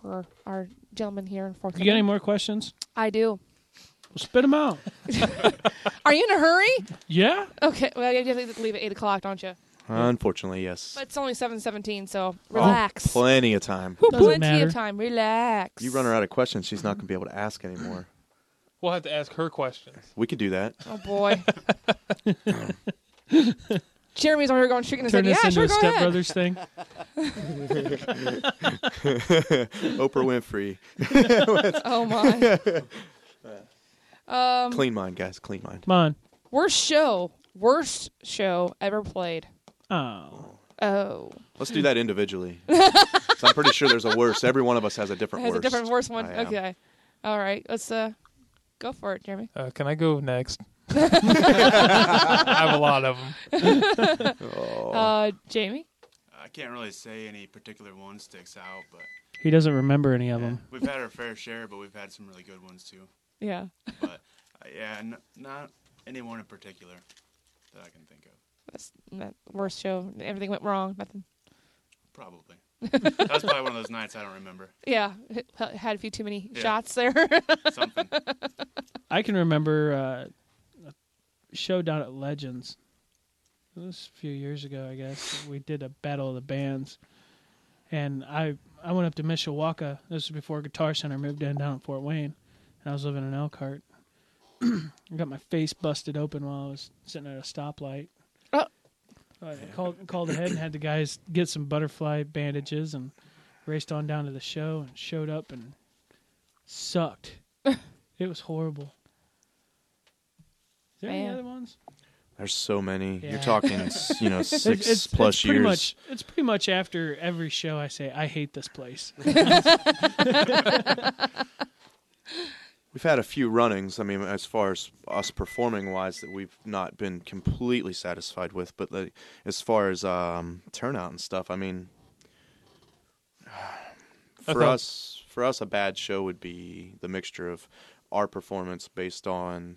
[SPEAKER 5] for our gentleman here in
[SPEAKER 8] You
[SPEAKER 5] forthcoming.
[SPEAKER 8] got any more questions?
[SPEAKER 5] I do.
[SPEAKER 8] Well, spit them out.
[SPEAKER 5] Are you in a hurry?
[SPEAKER 8] Yeah.
[SPEAKER 5] Okay. Well, you have to leave at eight o'clock, don't you?
[SPEAKER 6] Unfortunately, yes.
[SPEAKER 5] But it's only seven seventeen, so
[SPEAKER 6] Oh,
[SPEAKER 5] relax.
[SPEAKER 6] plenty of time.
[SPEAKER 8] Doesn't
[SPEAKER 5] Plenty
[SPEAKER 8] matter.
[SPEAKER 5] of time. Relax.
[SPEAKER 6] You run her out of questions, she's not going to be able to ask anymore.
[SPEAKER 9] We'll have to ask her questions.
[SPEAKER 6] We could do that.
[SPEAKER 5] Oh boy. Jeremy's over here going shaking his
[SPEAKER 8] Turn
[SPEAKER 5] head.
[SPEAKER 8] this
[SPEAKER 5] Yeah,
[SPEAKER 8] into
[SPEAKER 5] sure,
[SPEAKER 8] a
[SPEAKER 5] go
[SPEAKER 8] Step
[SPEAKER 5] ahead.
[SPEAKER 8] Brothers thing.
[SPEAKER 6] Oprah Winfrey.
[SPEAKER 5] Oh my.
[SPEAKER 6] Clean mind, guys. Clean mind.
[SPEAKER 8] Come on.
[SPEAKER 5] worst show. Worst show ever played.
[SPEAKER 8] Oh.
[SPEAKER 5] Oh,
[SPEAKER 6] Let's do that individually. 'Cause I'm pretty sure there's a worst. Every one of us has a
[SPEAKER 5] it
[SPEAKER 6] different
[SPEAKER 5] has
[SPEAKER 6] worst.
[SPEAKER 5] a different worse one.
[SPEAKER 6] I am.
[SPEAKER 5] Okay, all right. Let's uh, go for it, Jeremy.
[SPEAKER 9] Uh, can I go next? I have a lot of them.
[SPEAKER 6] Oh,
[SPEAKER 5] Uh, Jamie.
[SPEAKER 10] I can't really say any particular one sticks out, but
[SPEAKER 8] He doesn't remember any of them.
[SPEAKER 10] we've had our fair share, but we've had some really good ones too.
[SPEAKER 5] Yeah.
[SPEAKER 10] But uh, yeah, n- not anyone in particular that I can think of.
[SPEAKER 5] That's that worst show. Everything went wrong. Nothing.
[SPEAKER 10] Probably. that was probably one of those nights I don't remember.
[SPEAKER 5] Yeah, h- had a few too many
[SPEAKER 10] Yeah.
[SPEAKER 5] shots there.
[SPEAKER 10] Something.
[SPEAKER 8] I can remember uh, a show down at Legends. It was a few years ago, I guess. We did a battle of the bands, and I I went up to Mishawaka. This was before Guitar Center moved in down at Fort Wayne, and I was living in Elkhart. I got my face busted open while I was sitting at a stoplight.
[SPEAKER 5] Oh.
[SPEAKER 8] I called called ahead and had the guys get some butterfly bandages and raced on down to the show and showed up and sucked. it was horrible. Is there any
[SPEAKER 5] Man.
[SPEAKER 8] other ones?
[SPEAKER 6] There's so many.
[SPEAKER 8] Yeah.
[SPEAKER 6] You're talking, s- you know,
[SPEAKER 8] It's-
[SPEAKER 6] six
[SPEAKER 8] it's-
[SPEAKER 6] plus
[SPEAKER 8] it's pretty
[SPEAKER 6] years.
[SPEAKER 8] Much, it's pretty much after every show I say, I hate this place.
[SPEAKER 6] We've had a few runnings. I mean, as far as us performing wise, that we've not been completely satisfied with. But like, as far as um, turnout and stuff, I mean, for
[SPEAKER 9] thought-
[SPEAKER 6] us, for us, a bad show would be the mixture of our performance based on,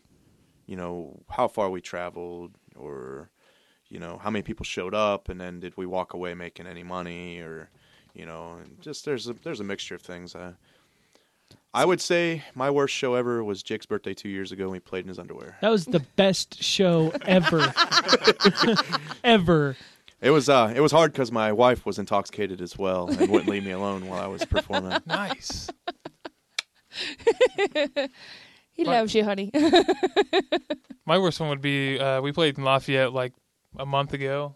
[SPEAKER 6] you know, how far we traveled or, you know, how many people showed up, and then did we walk away making any money or, you know, and just there's a there's a mixture of things. Uh, I would say my worst show ever was Jake's birthday two years ago when he played in his underwear.
[SPEAKER 8] That was the best show ever. ever.
[SPEAKER 6] It was uh, it was hard because my wife was intoxicated as well and wouldn't leave me alone while I was performing.
[SPEAKER 9] Nice.
[SPEAKER 5] He
[SPEAKER 9] But-
[SPEAKER 5] loves you, honey.
[SPEAKER 9] My worst one would be uh, we played in Lafayette like a month ago.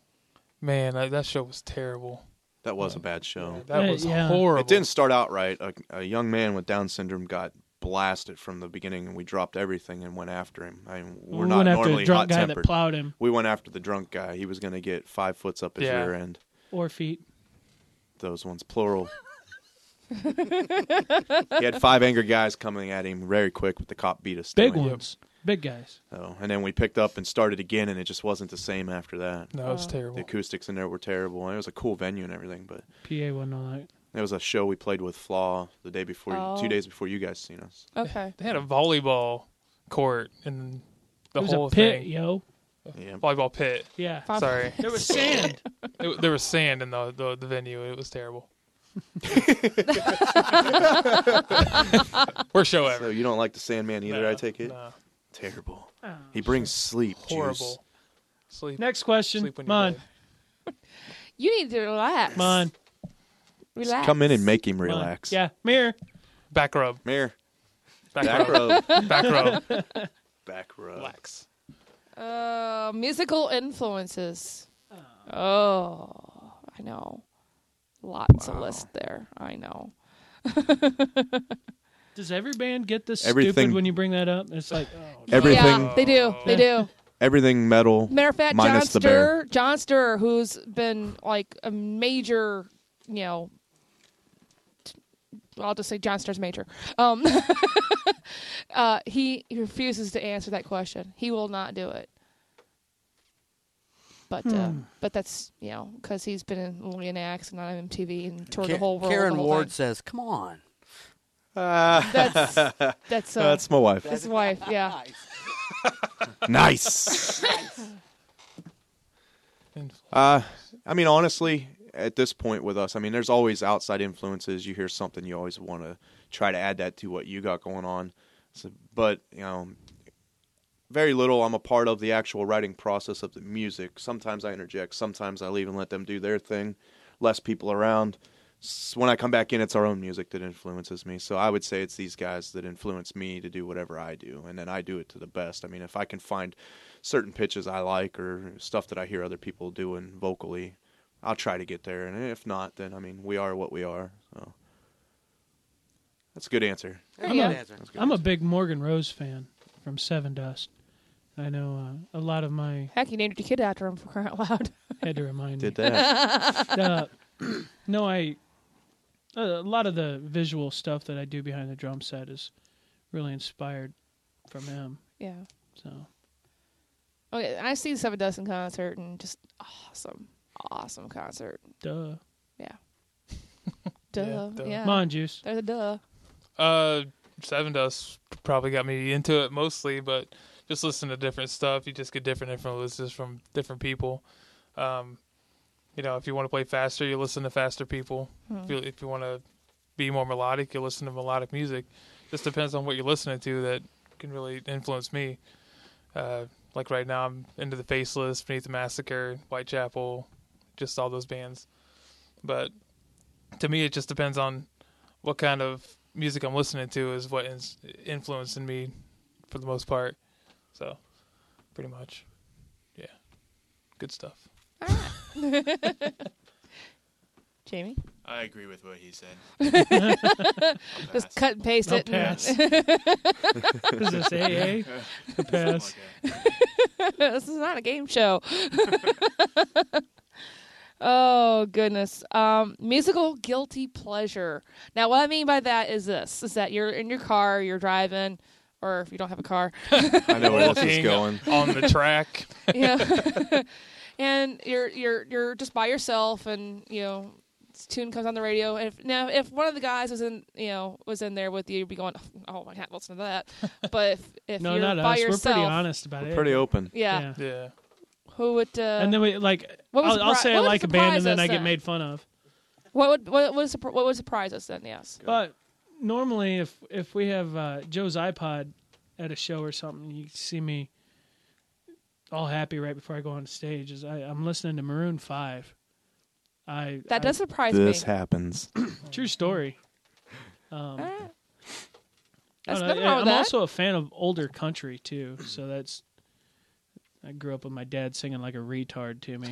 [SPEAKER 9] Man, that, that show was terrible.
[SPEAKER 6] That was a bad show.
[SPEAKER 9] That
[SPEAKER 8] Uh,
[SPEAKER 9] was
[SPEAKER 8] yeah.
[SPEAKER 9] horrible.
[SPEAKER 6] It didn't start out right. A, a young man with Down syndrome got blasted from the beginning, and we dropped everything and went after him. I mean, we're
[SPEAKER 8] we
[SPEAKER 6] not
[SPEAKER 8] went after
[SPEAKER 6] normally
[SPEAKER 8] a drunk
[SPEAKER 6] hot
[SPEAKER 8] guy that
[SPEAKER 6] tempered.
[SPEAKER 8] plowed him.
[SPEAKER 6] we went after the drunk guy. He was going to get five foots up his
[SPEAKER 9] Yeah.
[SPEAKER 6] rear end.
[SPEAKER 8] Or feet.
[SPEAKER 6] Those ones, plural. he had five angry guys coming at him very quick. But the cop beat us.
[SPEAKER 8] Big
[SPEAKER 6] to it.
[SPEAKER 8] ones. Big guys.
[SPEAKER 6] So, and then we picked up and started again, and it just wasn't the same after that.
[SPEAKER 9] No, it was
[SPEAKER 6] The
[SPEAKER 9] terrible.
[SPEAKER 6] acoustics in there were terrible. and It was a cool venue and everything, but
[SPEAKER 8] PA wasn't all that.
[SPEAKER 6] it was a show we played with Flaw the day before,
[SPEAKER 5] Oh.
[SPEAKER 6] two days before you guys seen us.
[SPEAKER 5] Okay.
[SPEAKER 9] They had a volleyball court and the
[SPEAKER 8] It was
[SPEAKER 9] whole
[SPEAKER 8] a pit,
[SPEAKER 9] thing.
[SPEAKER 8] yo.
[SPEAKER 6] Yeah,
[SPEAKER 9] Volleyball pit.
[SPEAKER 8] Yeah.
[SPEAKER 5] Pop-
[SPEAKER 9] Sorry,
[SPEAKER 8] There was sand.
[SPEAKER 9] It- there was sand in the, the the venue. It was terrible. Worst show
[SPEAKER 6] So
[SPEAKER 9] ever.
[SPEAKER 6] you don't like the Sandman either,
[SPEAKER 9] No,
[SPEAKER 6] I take it?
[SPEAKER 9] no.
[SPEAKER 6] Terrible. he brings sleep.
[SPEAKER 9] horrible. Sleep.
[SPEAKER 8] Next question.
[SPEAKER 9] sleep when
[SPEAKER 8] Come
[SPEAKER 9] you
[SPEAKER 8] on.
[SPEAKER 9] play.
[SPEAKER 5] You need to relax.
[SPEAKER 8] Come on.
[SPEAKER 5] Relax.
[SPEAKER 6] Come in and make him
[SPEAKER 8] Come on.
[SPEAKER 6] relax.
[SPEAKER 8] Yeah. Mirror.
[SPEAKER 9] Back rub.
[SPEAKER 6] Mayor.
[SPEAKER 9] Back,
[SPEAKER 6] Back
[SPEAKER 9] rub.
[SPEAKER 6] rub.
[SPEAKER 9] Back rub.
[SPEAKER 6] Back rub.
[SPEAKER 9] Relax.
[SPEAKER 5] Uh, musical influences. Oh, I know. Lots of list there. I know.
[SPEAKER 8] Does every band get this
[SPEAKER 6] Everything-
[SPEAKER 8] stupid when you bring that up? It's like, oh,
[SPEAKER 6] Everything.
[SPEAKER 5] Yeah, they do. They do.
[SPEAKER 6] Everything metal.
[SPEAKER 5] Matter of fact, John
[SPEAKER 6] minus the bear.
[SPEAKER 5] Sturr, John Sturr, who's been like a major, you know, t- I'll just say John Sturr's major. Um, uh, he he refuses to answer that question. He will not do it. But uh,
[SPEAKER 6] Hmm.
[SPEAKER 5] but that's you know because he's been in Leonax and on MTV and toured the
[SPEAKER 7] Ka-
[SPEAKER 5] whole world.
[SPEAKER 7] Karen
[SPEAKER 5] the whole
[SPEAKER 7] Ward
[SPEAKER 5] time.
[SPEAKER 7] says, "Come on."
[SPEAKER 5] That's that's, uh,
[SPEAKER 6] That's my wife.
[SPEAKER 5] his wife. Yeah.
[SPEAKER 6] nice.
[SPEAKER 9] And
[SPEAKER 6] Uh, I mean, honestly, at this point with us, I mean, there's always outside influences. You hear something, you always want to try to add that to what you got going on. So, but you know, very little. I'm a part of the actual writing process of the music. Sometimes I interject. Sometimes I leave and let them do their thing. Less people around. S- When I come back in, it's our own music that influences me. So I would say it's these guys that influence me to do whatever I do, and then I do it to the best. I mean, if I can find certain pitches I like or stuff that I hear other people doing vocally, I'll try to get there. And if not, then I mean, we are what we are. So that's a good answer.
[SPEAKER 7] That's a
[SPEAKER 5] you
[SPEAKER 7] good
[SPEAKER 5] go.
[SPEAKER 7] answer.
[SPEAKER 8] I'm a big Morgan Rose fan from Seven Dust. I know uh, a lot of my
[SPEAKER 5] Heck, you named your kid after him for crying out loud.
[SPEAKER 8] Had to remind
[SPEAKER 6] Did
[SPEAKER 8] me.
[SPEAKER 6] that?
[SPEAKER 8] Uh, no, I. uh, A lot of the visual stuff that I do behind the drum set is really inspired from him.
[SPEAKER 5] Yeah.
[SPEAKER 8] So
[SPEAKER 5] Okay, Oh, I see the Seven Dust in concert and just awesome, awesome concert.
[SPEAKER 8] duh.
[SPEAKER 5] Uh, Duh.
[SPEAKER 9] Yeah,
[SPEAKER 5] Yeah.
[SPEAKER 9] duh.
[SPEAKER 8] Mon juice.
[SPEAKER 5] There's a duh.
[SPEAKER 9] Uh, Seven Dust probably got me into it mostly, but just listen to different stuff. You just get different influences from different people. Um, you know, if you want to play faster, you listen to faster people. If you if you want to be more melodic, you listen to melodic music. Just depends on what you're listening to that can really influence me. Uh, like right now, I'm into the Faceless, Beneath the Massacre, Whitechapel, just all those bands. But to me, it just depends on what kind of music I'm listening to is what is influencing me for the most part. So, pretty much, yeah, good stuff.
[SPEAKER 5] Jamie,
[SPEAKER 10] I agree with what he said. I'll
[SPEAKER 5] just
[SPEAKER 10] pass.
[SPEAKER 5] cut and paste
[SPEAKER 8] No
[SPEAKER 5] it.
[SPEAKER 8] pass. What is this AA? The pass.
[SPEAKER 10] Okay.
[SPEAKER 5] this is not a game show. oh goodness. Um, musical guilty pleasure. Now, what I mean by that is this: is that you're in your car, you're driving, or if you don't have a car,
[SPEAKER 6] I know where this is
[SPEAKER 9] Walking
[SPEAKER 6] going.
[SPEAKER 9] on the track.
[SPEAKER 5] you know, and you're you're you're just by yourself, and you know. this Tune comes on the radio. and If now, if one of the guys was in, you know, was in there with you, you'd be going, "Oh, I can't listen to that." But if, if
[SPEAKER 8] No,
[SPEAKER 5] you're
[SPEAKER 8] not
[SPEAKER 5] by
[SPEAKER 8] us.
[SPEAKER 5] yourself,
[SPEAKER 8] We're pretty honest about
[SPEAKER 6] We're
[SPEAKER 8] it.
[SPEAKER 6] pretty open.
[SPEAKER 5] Yeah.
[SPEAKER 8] Yeah.
[SPEAKER 9] Yeah,
[SPEAKER 5] who would? Uh,
[SPEAKER 8] And then we like.
[SPEAKER 5] What would
[SPEAKER 8] I'll, I'll
[SPEAKER 5] surpri-
[SPEAKER 8] say I
[SPEAKER 5] what would
[SPEAKER 8] like a band,
[SPEAKER 5] surprise
[SPEAKER 8] and then
[SPEAKER 5] us
[SPEAKER 8] I get
[SPEAKER 5] then?
[SPEAKER 8] made fun of.
[SPEAKER 5] What would what would surpri- what would surprise us then? Yes.
[SPEAKER 8] But normally, if if we have uh, Joe's iPod at a show or something, you see me all happy right before I go on stage. Is I, I'm listening to Maroon Five. I
[SPEAKER 5] That
[SPEAKER 8] I-
[SPEAKER 5] does surprise
[SPEAKER 6] This
[SPEAKER 5] me.
[SPEAKER 6] happens.
[SPEAKER 8] true story. Um,
[SPEAKER 5] Alright.
[SPEAKER 8] I
[SPEAKER 5] That's Ah.
[SPEAKER 8] don't know,
[SPEAKER 5] nothing
[SPEAKER 8] yeah,
[SPEAKER 5] wrong
[SPEAKER 8] I'm
[SPEAKER 5] with that.
[SPEAKER 8] also a fan of older country too, so that's. I grew up with my dad singing like a retard to me.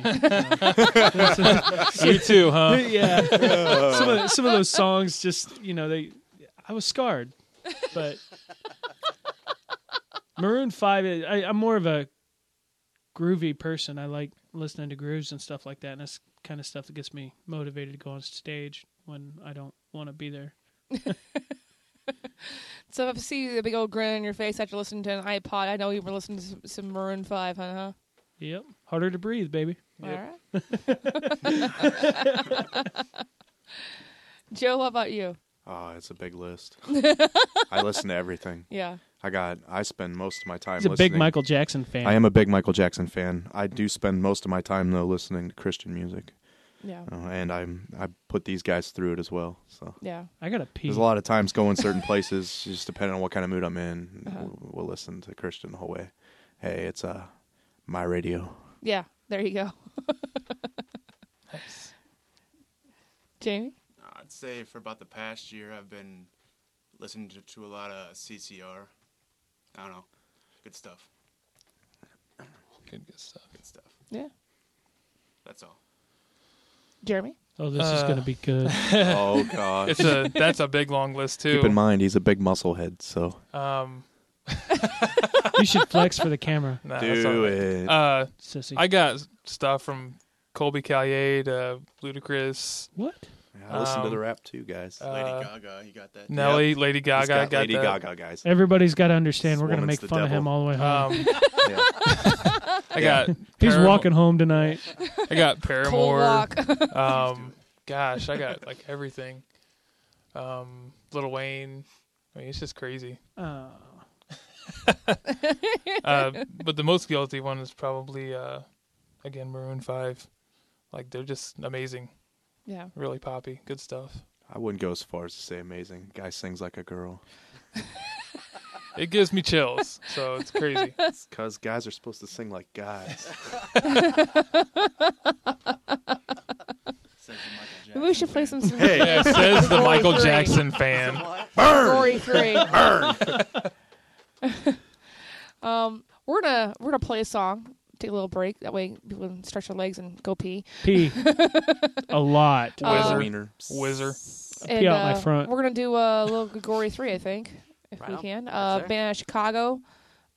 [SPEAKER 9] you too, huh?
[SPEAKER 8] yeah. some of some of those songs just you know they I was scarred, but Maroon Five. I, I'm more of a groovy person. I like listening to grooves and stuff like that, and that's kind of stuff that gets me motivated to go on stage when I don't want to be there.
[SPEAKER 5] so if I see the big old grin on your face after listening to an iPod, I know you were listening to some, some Maroon Five, huh? huh?
[SPEAKER 8] Yep, harder to breathe, baby.
[SPEAKER 5] All right. Joe, how about you?
[SPEAKER 6] Oh, it's a big list. I listen to everything.
[SPEAKER 5] Yeah.
[SPEAKER 6] I got. I spend most of my time.
[SPEAKER 8] He's a
[SPEAKER 6] listening.
[SPEAKER 8] big Michael Jackson fan.
[SPEAKER 6] I am a big Michael Jackson fan. I do spend most of my time though listening to Christian music,
[SPEAKER 5] Yeah.
[SPEAKER 6] uh, and I'm I put these guys through it as well. So
[SPEAKER 5] Yeah.
[SPEAKER 8] I gotta pee.
[SPEAKER 6] there's a lot of times going certain places, just depending on what kind of mood I'm in.
[SPEAKER 5] Uh-huh.
[SPEAKER 6] We'll, we'll listen to Christian the whole way. Hey, it's uh my radio.
[SPEAKER 5] Yeah. There you go. Jamie?
[SPEAKER 10] I'd say for about the past year, I've been listening to, to a lot of CCR. I don't know, good stuff.
[SPEAKER 9] Good, good stuff.
[SPEAKER 10] Good stuff.
[SPEAKER 5] Yeah.
[SPEAKER 10] That's all.
[SPEAKER 5] Jeremy?
[SPEAKER 8] Oh, this is
[SPEAKER 9] Uh,
[SPEAKER 8] gonna be good.
[SPEAKER 6] oh God.
[SPEAKER 9] It's a that's a big long list too.
[SPEAKER 6] Keep in mind, he's a big muscle head, so
[SPEAKER 9] Um,
[SPEAKER 8] you should flex for the camera,
[SPEAKER 9] nah, that's all
[SPEAKER 6] do
[SPEAKER 9] right.
[SPEAKER 6] it.
[SPEAKER 9] Uh,
[SPEAKER 8] sissy.
[SPEAKER 9] I got stuff from Colby Callier to Ludacris,
[SPEAKER 8] what?
[SPEAKER 6] I listen to
[SPEAKER 9] um,
[SPEAKER 6] the rap too, guys.
[SPEAKER 9] uh,
[SPEAKER 10] Lady Gaga, you got that?
[SPEAKER 9] Nelly, Lady Gaga.
[SPEAKER 6] He's got
[SPEAKER 9] got
[SPEAKER 6] Lady
[SPEAKER 9] that.
[SPEAKER 6] Gaga, guys.
[SPEAKER 8] Everybody's got to understand.
[SPEAKER 6] This
[SPEAKER 8] We're gonna
[SPEAKER 6] woman's the
[SPEAKER 8] make fun of him
[SPEAKER 6] devil.
[SPEAKER 8] all the way home.
[SPEAKER 9] Um,
[SPEAKER 6] Yeah.
[SPEAKER 9] I got.
[SPEAKER 8] He's
[SPEAKER 9] Paramore-
[SPEAKER 8] walking home tonight.
[SPEAKER 9] I got
[SPEAKER 5] Cold
[SPEAKER 9] Paramore.
[SPEAKER 5] walk.
[SPEAKER 9] Um, gosh, I got like everything. Um, Little Wayne. I mean, it's just crazy.
[SPEAKER 8] Uh,
[SPEAKER 9] Uh, but the most guilty one is probably uh, again Maroon Five. Like they're just amazing,
[SPEAKER 5] yeah.
[SPEAKER 9] really poppy, good stuff.
[SPEAKER 6] I wouldn't go as far as to say amazing. Guy sings like a girl.
[SPEAKER 9] It gives me chills, so it's crazy.
[SPEAKER 6] Because guys are supposed to sing like guys.
[SPEAKER 10] Says the Michael
[SPEAKER 5] Maybe we should
[SPEAKER 10] Jackson
[SPEAKER 5] play some
[SPEAKER 10] band.
[SPEAKER 5] some
[SPEAKER 9] Hey, yeah, says the Michael
[SPEAKER 5] Glory three.
[SPEAKER 9] Jackson fan.
[SPEAKER 5] Glory three. um, we're gonna we're gonna play a song. Take a little break. That way people can stretch their legs and go pee.
[SPEAKER 8] pee a lot. Uh,
[SPEAKER 9] Wizard.
[SPEAKER 6] Wiener.
[SPEAKER 9] Whizzer.
[SPEAKER 5] And,
[SPEAKER 8] out my
[SPEAKER 5] uh,
[SPEAKER 8] front.
[SPEAKER 5] We're gonna do a little Glory three, I think, if
[SPEAKER 7] Right
[SPEAKER 5] we
[SPEAKER 7] on.
[SPEAKER 5] can.
[SPEAKER 7] That's
[SPEAKER 5] Uh,
[SPEAKER 7] fair.
[SPEAKER 5] band out of Chicago,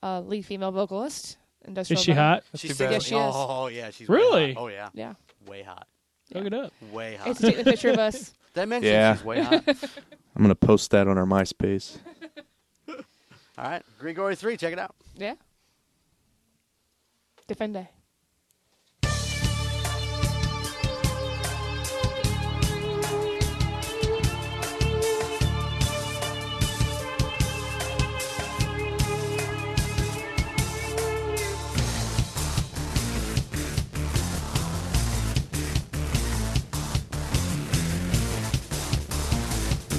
[SPEAKER 5] uh, lead female vocalist. Industrial
[SPEAKER 8] Is she
[SPEAKER 5] Valley.
[SPEAKER 8] hot?
[SPEAKER 9] That's
[SPEAKER 7] she's
[SPEAKER 9] too bad.
[SPEAKER 5] Yeah, she is.
[SPEAKER 7] Oh yeah, she's
[SPEAKER 8] Really?
[SPEAKER 7] Way hot. Oh yeah,
[SPEAKER 5] Yeah.
[SPEAKER 7] way hot,
[SPEAKER 8] Look it up.
[SPEAKER 7] way hot.
[SPEAKER 5] It's taking a picture of us.
[SPEAKER 7] Did I mention
[SPEAKER 6] Yeah.
[SPEAKER 7] she's way hot?
[SPEAKER 6] I'm gonna post that on our MySpace.
[SPEAKER 7] All right, Grigori three, check it out.
[SPEAKER 5] Yeah. Defende.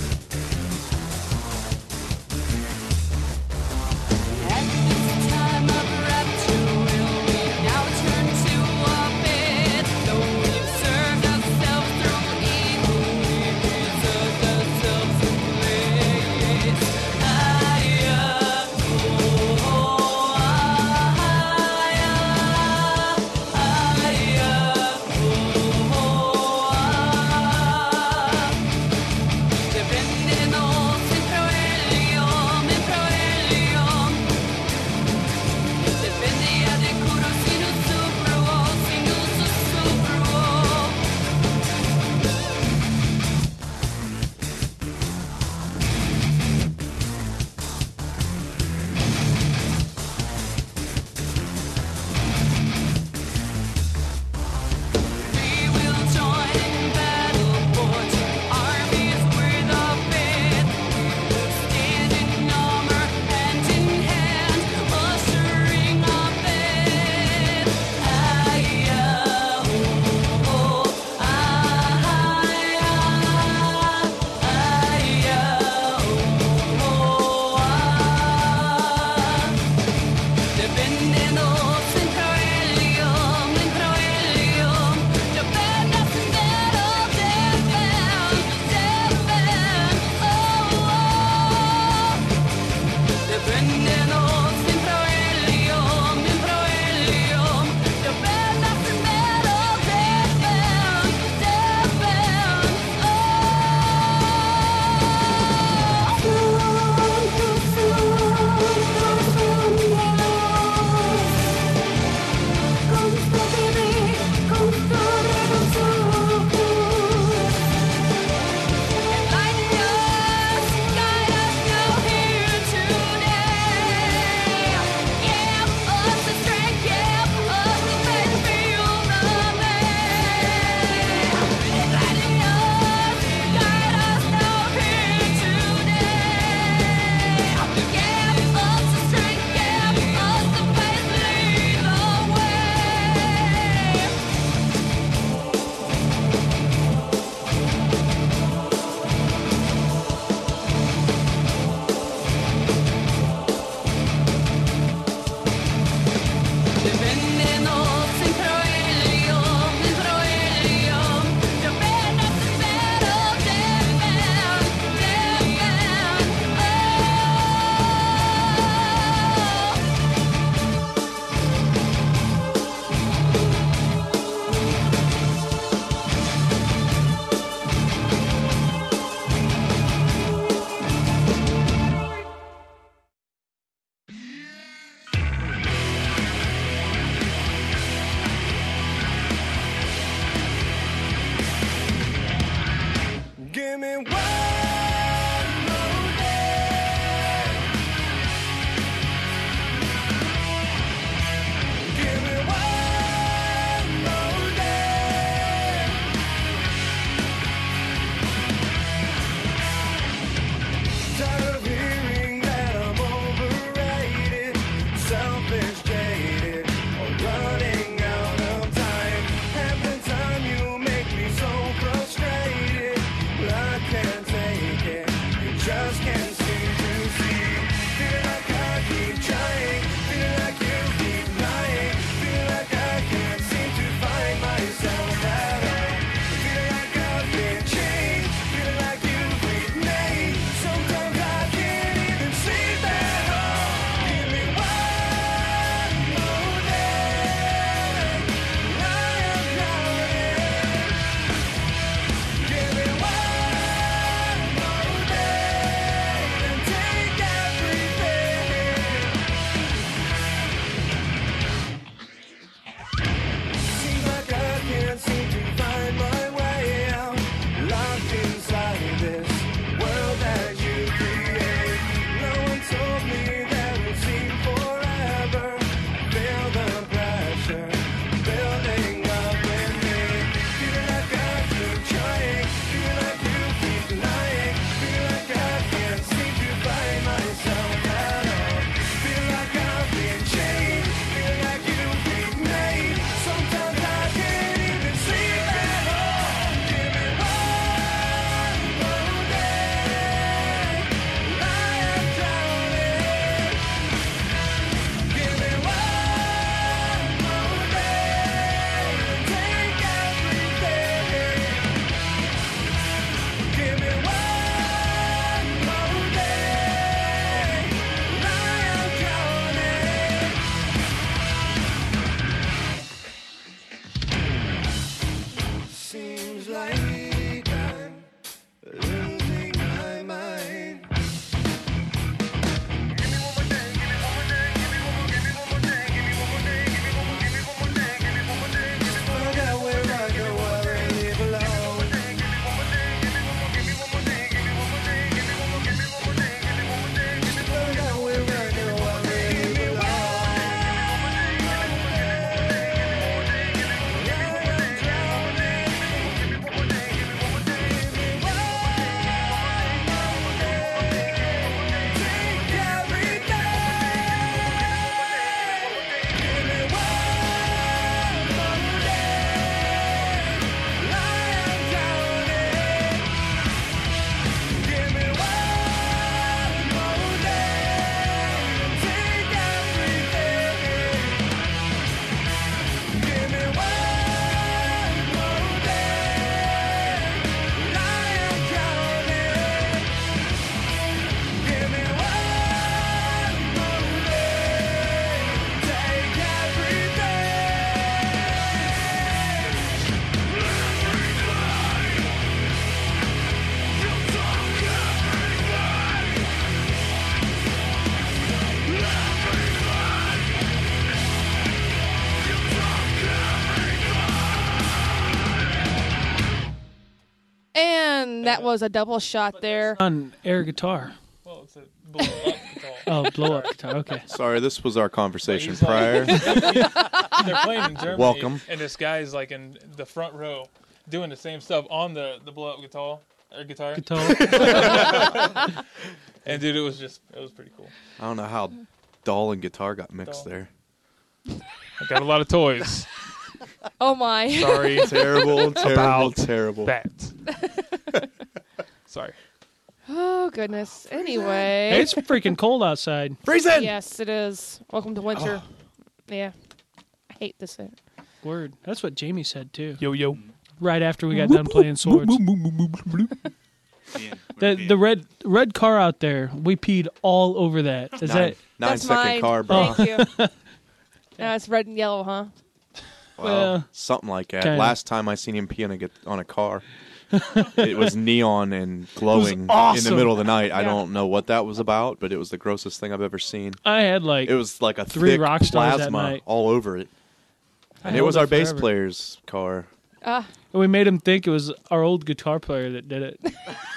[SPEAKER 11] At this time of rapture will be now it's
[SPEAKER 10] oh, oh, ah. Oh, Oh,
[SPEAKER 5] that was a double shot there.
[SPEAKER 8] on air guitar.
[SPEAKER 9] Well, it's a blow up guitar.
[SPEAKER 8] Oh, blow up guitar. Okay.
[SPEAKER 6] Sorry, this was our conversation
[SPEAKER 9] He's
[SPEAKER 6] prior.
[SPEAKER 9] like- They're playing in Germany.
[SPEAKER 6] Welcome.
[SPEAKER 9] And this guy's like in the front row doing the same stuff on the, the blow up guitar or guitar.
[SPEAKER 8] Guitar.
[SPEAKER 9] And dude, it was just it was pretty cool.
[SPEAKER 6] I don't know how doll and guitar got mixed
[SPEAKER 9] Doll.
[SPEAKER 6] there.
[SPEAKER 9] I got a lot of toys.
[SPEAKER 5] Oh my!
[SPEAKER 9] Sorry,
[SPEAKER 6] Terrible, terrible,
[SPEAKER 9] About
[SPEAKER 6] terrible.
[SPEAKER 9] that. Sorry.
[SPEAKER 5] Oh goodness. Anyway,
[SPEAKER 8] it's freaking cold outside.
[SPEAKER 6] Freezing.
[SPEAKER 5] yes, it is. Welcome to winter.
[SPEAKER 7] Oh.
[SPEAKER 5] Yeah, I hate this thing.
[SPEAKER 8] Word. That's what Jamie said too.
[SPEAKER 9] Yo yo.
[SPEAKER 8] Right after we got done playing swords.
[SPEAKER 10] Ian,
[SPEAKER 8] The
[SPEAKER 10] would it
[SPEAKER 8] the
[SPEAKER 10] be-
[SPEAKER 8] red red car out there. We peed all over that. Is
[SPEAKER 6] Nine,
[SPEAKER 8] that
[SPEAKER 6] nine
[SPEAKER 5] That's
[SPEAKER 6] second
[SPEAKER 5] mine.
[SPEAKER 6] car, bro.
[SPEAKER 5] Thank you. Now it's red and yellow, huh?
[SPEAKER 6] Well,
[SPEAKER 8] Well,
[SPEAKER 6] something like that.
[SPEAKER 8] kinda.
[SPEAKER 6] Last time I seen him pee on a, gu- on a car, it was neon and glowing in
[SPEAKER 8] awesome.
[SPEAKER 6] the middle of the night. I
[SPEAKER 5] Yeah.
[SPEAKER 6] don't know what that was about, but it was the grossest thing I've ever seen.
[SPEAKER 8] I had like
[SPEAKER 6] It was like a
[SPEAKER 8] Three
[SPEAKER 6] thick
[SPEAKER 8] rock stars that
[SPEAKER 6] plasma
[SPEAKER 8] night.
[SPEAKER 6] all over it,
[SPEAKER 8] I
[SPEAKER 6] and it
[SPEAKER 8] held
[SPEAKER 6] was our bass
[SPEAKER 8] forever.
[SPEAKER 6] player's car.
[SPEAKER 8] And we made him think it was our old guitar player that did it.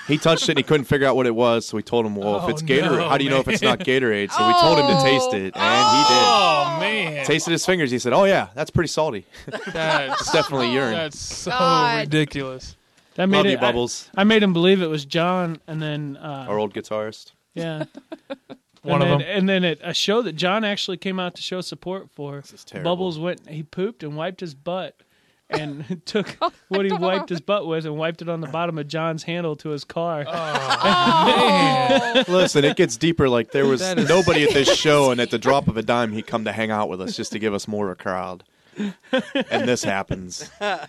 [SPEAKER 6] He touched it and he couldn't figure out what it was, so we told him, "Well,
[SPEAKER 8] Oh,
[SPEAKER 6] if it's Gatorade,
[SPEAKER 8] no,
[SPEAKER 6] how do you know if it's not Gatorade?" So we told him to taste it, and
[SPEAKER 9] Oh man.
[SPEAKER 6] he did. Tasted his fingers. He said, "Oh yeah, that's pretty salty.
[SPEAKER 9] That's
[SPEAKER 6] It's definitely urine."
[SPEAKER 9] that's so
[SPEAKER 8] Oh,
[SPEAKER 5] God.
[SPEAKER 9] ridiculous.
[SPEAKER 8] That made
[SPEAKER 6] Love
[SPEAKER 8] it
[SPEAKER 6] you, Bubbles,
[SPEAKER 8] I, I made him believe it was John, and then uh,
[SPEAKER 6] our old guitarist.
[SPEAKER 8] yeah,
[SPEAKER 9] One
[SPEAKER 8] and
[SPEAKER 9] of
[SPEAKER 8] then,
[SPEAKER 9] them.
[SPEAKER 8] And then at a show that John actually came out to show support for,
[SPEAKER 6] is terrible.
[SPEAKER 8] Bubbles went. He pooped and wiped his butt, and took
[SPEAKER 9] Oh,
[SPEAKER 8] what he wiped his butt with and wiped it on the bottom of John's handle to his car.
[SPEAKER 9] Oh,
[SPEAKER 6] Listen, it gets deeper. Like there was
[SPEAKER 9] That is-
[SPEAKER 6] nobody at this show, and at the drop of a dime, he'd come to hang out with us just to give us more of a crowd. And this happens.
[SPEAKER 9] That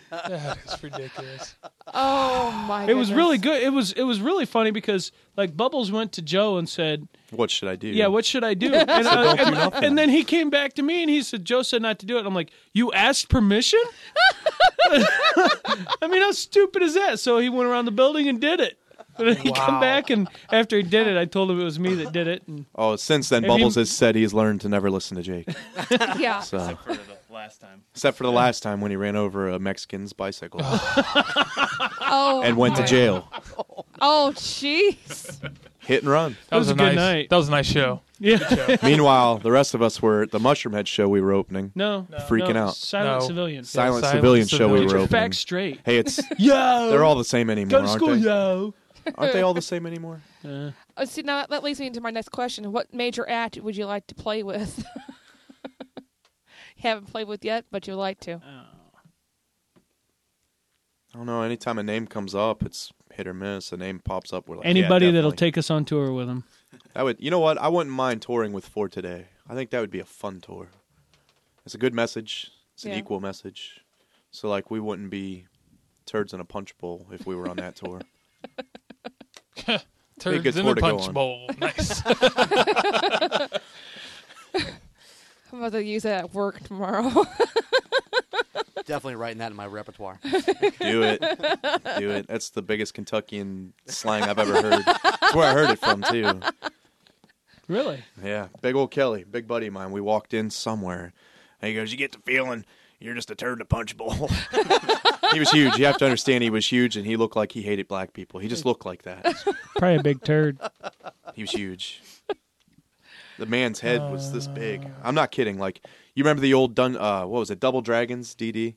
[SPEAKER 9] is ridiculous.
[SPEAKER 5] Oh my!
[SPEAKER 8] it was really good. It was it was really funny because like Bubbles went to Joe and said,
[SPEAKER 6] What should I do?
[SPEAKER 8] "Yeah, what should I do?" And, I- and- and then he came back to me and he said, "Joe said not to do it." And I'm like, "You asked permission?" I mean, how stupid is that? So he went around the building and did it. And then he come
[SPEAKER 9] Wow.
[SPEAKER 8] back and after he did it, I told him it was me that did it. And
[SPEAKER 6] Oh, since then,
[SPEAKER 8] If
[SPEAKER 6] Bubbles
[SPEAKER 8] you-
[SPEAKER 6] has said he's learned to never listen to Jake.
[SPEAKER 5] good. Yeah.
[SPEAKER 6] So,
[SPEAKER 10] for the last time.
[SPEAKER 6] except for the last time when he ran over a Mexican's bicycle
[SPEAKER 5] Oh.
[SPEAKER 6] and went to
[SPEAKER 5] my-
[SPEAKER 6] jail.
[SPEAKER 5] Oh jeez.
[SPEAKER 6] Hit and run.
[SPEAKER 9] That was,
[SPEAKER 8] was
[SPEAKER 9] a
[SPEAKER 8] a good
[SPEAKER 9] nice
[SPEAKER 8] night.
[SPEAKER 9] That was a nice show.
[SPEAKER 8] yeah,
[SPEAKER 6] Meanwhile, the rest of us were at the Mushroom Head show we were opening.
[SPEAKER 8] no,
[SPEAKER 6] Freaking
[SPEAKER 8] no,
[SPEAKER 6] out.
[SPEAKER 8] silent
[SPEAKER 9] No.
[SPEAKER 8] civilian.
[SPEAKER 6] Silent
[SPEAKER 9] Silent
[SPEAKER 6] Civilian
[SPEAKER 9] Civilian.
[SPEAKER 6] show we
[SPEAKER 8] Get
[SPEAKER 6] were
[SPEAKER 8] your
[SPEAKER 6] opening.
[SPEAKER 8] facts straight.
[SPEAKER 6] Hey, it's
[SPEAKER 8] Yo,
[SPEAKER 6] they're all the same anymore,
[SPEAKER 8] go to
[SPEAKER 6] aren't
[SPEAKER 8] school,
[SPEAKER 6] they?
[SPEAKER 8] yo.
[SPEAKER 6] Aren't they all the same anymore?
[SPEAKER 5] Uh, see, now that- that leads me into my next question. What major act would you like to play with? Haven't played with yet, but you'd like to.
[SPEAKER 6] I don't know. Anytime a name comes up, it's hit or miss. A name pops up. We're like, yeah,
[SPEAKER 8] Anybody that'll
[SPEAKER 6] definitely.
[SPEAKER 8] take us on tour with him.
[SPEAKER 6] That would, you know what? I wouldn't mind touring with Four Today. I think that would be a fun tour. It's a good message. It's an
[SPEAKER 5] Yeah.
[SPEAKER 6] equal message. So like, we wouldn't be turds in a punch bowl if we were on that tour. Think
[SPEAKER 9] Turns
[SPEAKER 6] it's
[SPEAKER 9] in
[SPEAKER 6] more
[SPEAKER 9] the
[SPEAKER 6] to go
[SPEAKER 9] punch
[SPEAKER 6] on.
[SPEAKER 9] bowl. Nice.
[SPEAKER 5] I'm about to use that at work tomorrow.
[SPEAKER 7] Definitely writing that in my repertoire.
[SPEAKER 6] Do it, do it. That's the biggest Kentuckian slang I've ever heard. That's where I heard it from too.
[SPEAKER 8] Really?
[SPEAKER 6] Yeah, big old Kelly, big buddy of mine. We walked in somewhere, and he goes, "You get the feeling you're just a turd in a punch bowl." he was huge. You have to understand, he was huge, and he looked like he hated black people. He just looked like that.
[SPEAKER 8] Probably a big turd.
[SPEAKER 6] He was huge. The man's head was this big. I'm not kidding. Like you remember the old dun uh what was it? Double Dragons DD.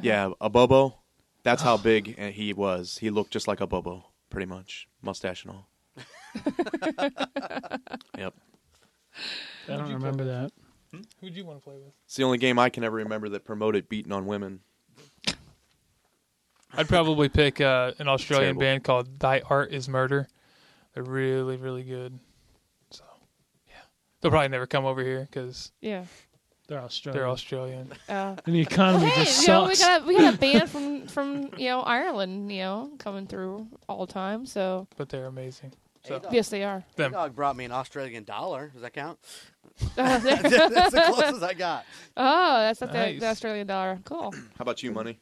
[SPEAKER 6] Yeah, a Bobo. That's how big uh, he was. He looked just like a Bobo, pretty much, mustache and all. yep.
[SPEAKER 8] I don't remember that.
[SPEAKER 9] Who'd you want to play with?
[SPEAKER 6] It's the only game I can ever remember that promoted beating on women.
[SPEAKER 9] I'd probably pick uh, an Australian
[SPEAKER 6] Terrible.
[SPEAKER 9] band called Thy Art Is Murder. They're really, really good. So, yeah, they'll probably never come over here because
[SPEAKER 5] yeah.
[SPEAKER 8] They're Australian.
[SPEAKER 9] they're Australian.
[SPEAKER 5] Uh,
[SPEAKER 8] and the economy
[SPEAKER 5] hey,
[SPEAKER 8] just
[SPEAKER 5] you know, we
[SPEAKER 8] sucks.
[SPEAKER 5] got we got a band from from you know Ireland, you know, coming through all the time. So
[SPEAKER 9] but they're amazing. So
[SPEAKER 5] yes, they are.
[SPEAKER 9] them.
[SPEAKER 7] Dog brought me an Australian dollar. Does that count?
[SPEAKER 5] oh,
[SPEAKER 7] That's the closest I got.
[SPEAKER 5] that's not the,
[SPEAKER 9] Nice.
[SPEAKER 5] the Australian dollar. Cool.
[SPEAKER 6] How about you, Money?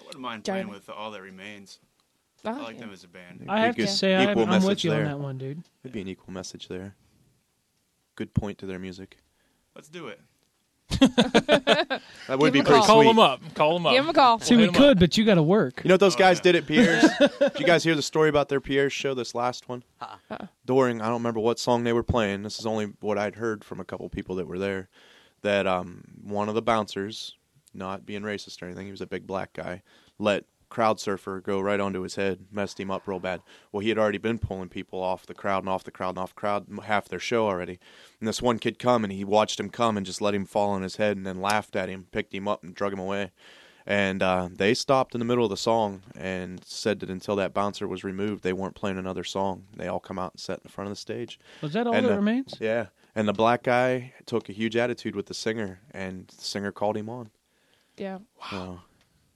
[SPEAKER 10] I wouldn't mind
[SPEAKER 5] Darn
[SPEAKER 10] playing
[SPEAKER 5] it.
[SPEAKER 10] with All That Remains.
[SPEAKER 5] Oh,
[SPEAKER 10] I like
[SPEAKER 5] yeah.
[SPEAKER 10] them as a band.
[SPEAKER 8] I have to
[SPEAKER 6] Equal-
[SPEAKER 8] say, I'm,
[SPEAKER 6] equal
[SPEAKER 8] I'm with
[SPEAKER 6] message
[SPEAKER 8] you on
[SPEAKER 6] there.
[SPEAKER 8] that one, dude.
[SPEAKER 6] It'd be an equal message there. Good point to their music.
[SPEAKER 10] Let's do it.
[SPEAKER 6] That would
[SPEAKER 5] Give him
[SPEAKER 6] be
[SPEAKER 5] a
[SPEAKER 6] pretty
[SPEAKER 5] call.
[SPEAKER 9] Call
[SPEAKER 6] sweet.
[SPEAKER 9] them up. Call them up.
[SPEAKER 5] Give him a call.
[SPEAKER 8] See, we
[SPEAKER 9] hit 'em
[SPEAKER 8] could, but you got to work.
[SPEAKER 6] You know what those
[SPEAKER 10] Oh,
[SPEAKER 6] guys
[SPEAKER 10] yeah.
[SPEAKER 6] did at Pierre's? did you guys hear the story about their Pierre's show, this last one? During, I don't remember what song they were playing. This is only what I'd heard from a couple people that were there. That um, one of the bouncers, not being racist or anything, he was a big black guy, let crowd surfer go right onto his head, messed him up real bad. Well, he had already been pulling people off the crowd and off the crowd and off the crowd half their show already. And this one kid come and he watched him come and just let him fall on his head and then laughed at him, picked him up and drug him away. And uh, they stopped in the middle of the song and said that until that bouncer was removed, they weren't playing another song. They all come out and sat in front of the stage.
[SPEAKER 8] Was that all
[SPEAKER 6] and
[SPEAKER 8] that
[SPEAKER 6] the-
[SPEAKER 8] remains?
[SPEAKER 6] Yeah. And the black guy took a huge attitude with the singer, and the singer called him on.
[SPEAKER 5] Yeah.
[SPEAKER 6] Wow.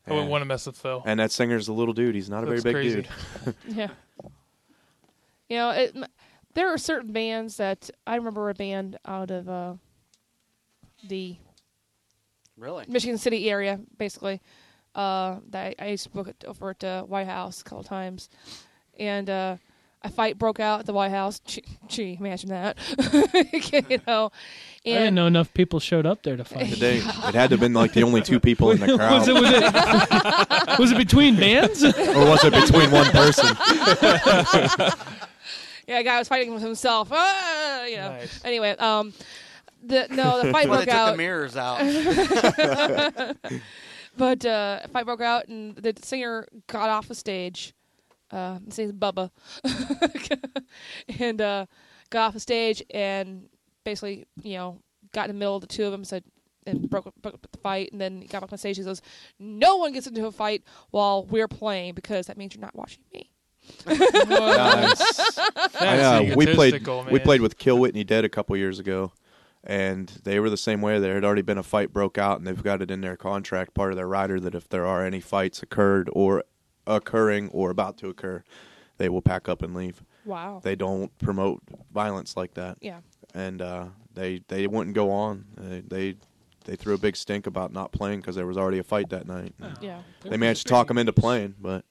[SPEAKER 9] I wouldn't want to mess with Phil.
[SPEAKER 6] And that singer's a little dude. He's not a
[SPEAKER 9] That's
[SPEAKER 6] very big
[SPEAKER 9] crazy.
[SPEAKER 6] dude.
[SPEAKER 5] Yeah. You know, it, m- there are certain bands that I remember a band out of uh, the
[SPEAKER 7] Really?
[SPEAKER 5] Michigan City area, basically. Uh, that I, I used to book it over at uh, White House a couple times, and uh, a fight broke out at the White House. Gee, gee imagine that. you know,
[SPEAKER 8] I didn't
[SPEAKER 5] and
[SPEAKER 8] know enough people showed up there to fight.
[SPEAKER 6] Today, it had to have been like the only two people in the crowd,
[SPEAKER 8] was it was it was it between bands?
[SPEAKER 6] or was it between one person?
[SPEAKER 5] yeah, a guy was fighting with himself. Ah, you know.
[SPEAKER 9] Nice.
[SPEAKER 5] Anyway, um, the no, the fight
[SPEAKER 7] Well, they
[SPEAKER 5] broke
[SPEAKER 7] took the
[SPEAKER 5] out.
[SPEAKER 7] mirrors out.
[SPEAKER 5] But uh, a fight broke out, and the singer got off the stage. Uh, his name's Bubba, and uh, got off the stage, and basically, you know, got in the middle of the two of them, said, and broke, broke up the fight, and then he got back on stage. He says, "No one gets into a fight while we're playing because that means you're not watching me."
[SPEAKER 6] Nice. I know.
[SPEAKER 9] That's
[SPEAKER 6] we played
[SPEAKER 9] egotistical,
[SPEAKER 6] we
[SPEAKER 9] man.
[SPEAKER 6] played with Kill Whitney Dead a couple years ago, and they were the same way. There had already been a fight broke out, and they've got it in their contract, part of their rider, that if there are any fights occurred or occurring or about to occur, they will pack up and leave.
[SPEAKER 5] Wow.
[SPEAKER 6] They don't promote violence like that,
[SPEAKER 5] yeah.
[SPEAKER 6] and uh, they they wouldn't go on. They, they they threw a big stink about not playing because there was already a fight that night.
[SPEAKER 5] Yeah.
[SPEAKER 6] They managed to talk them into playing, but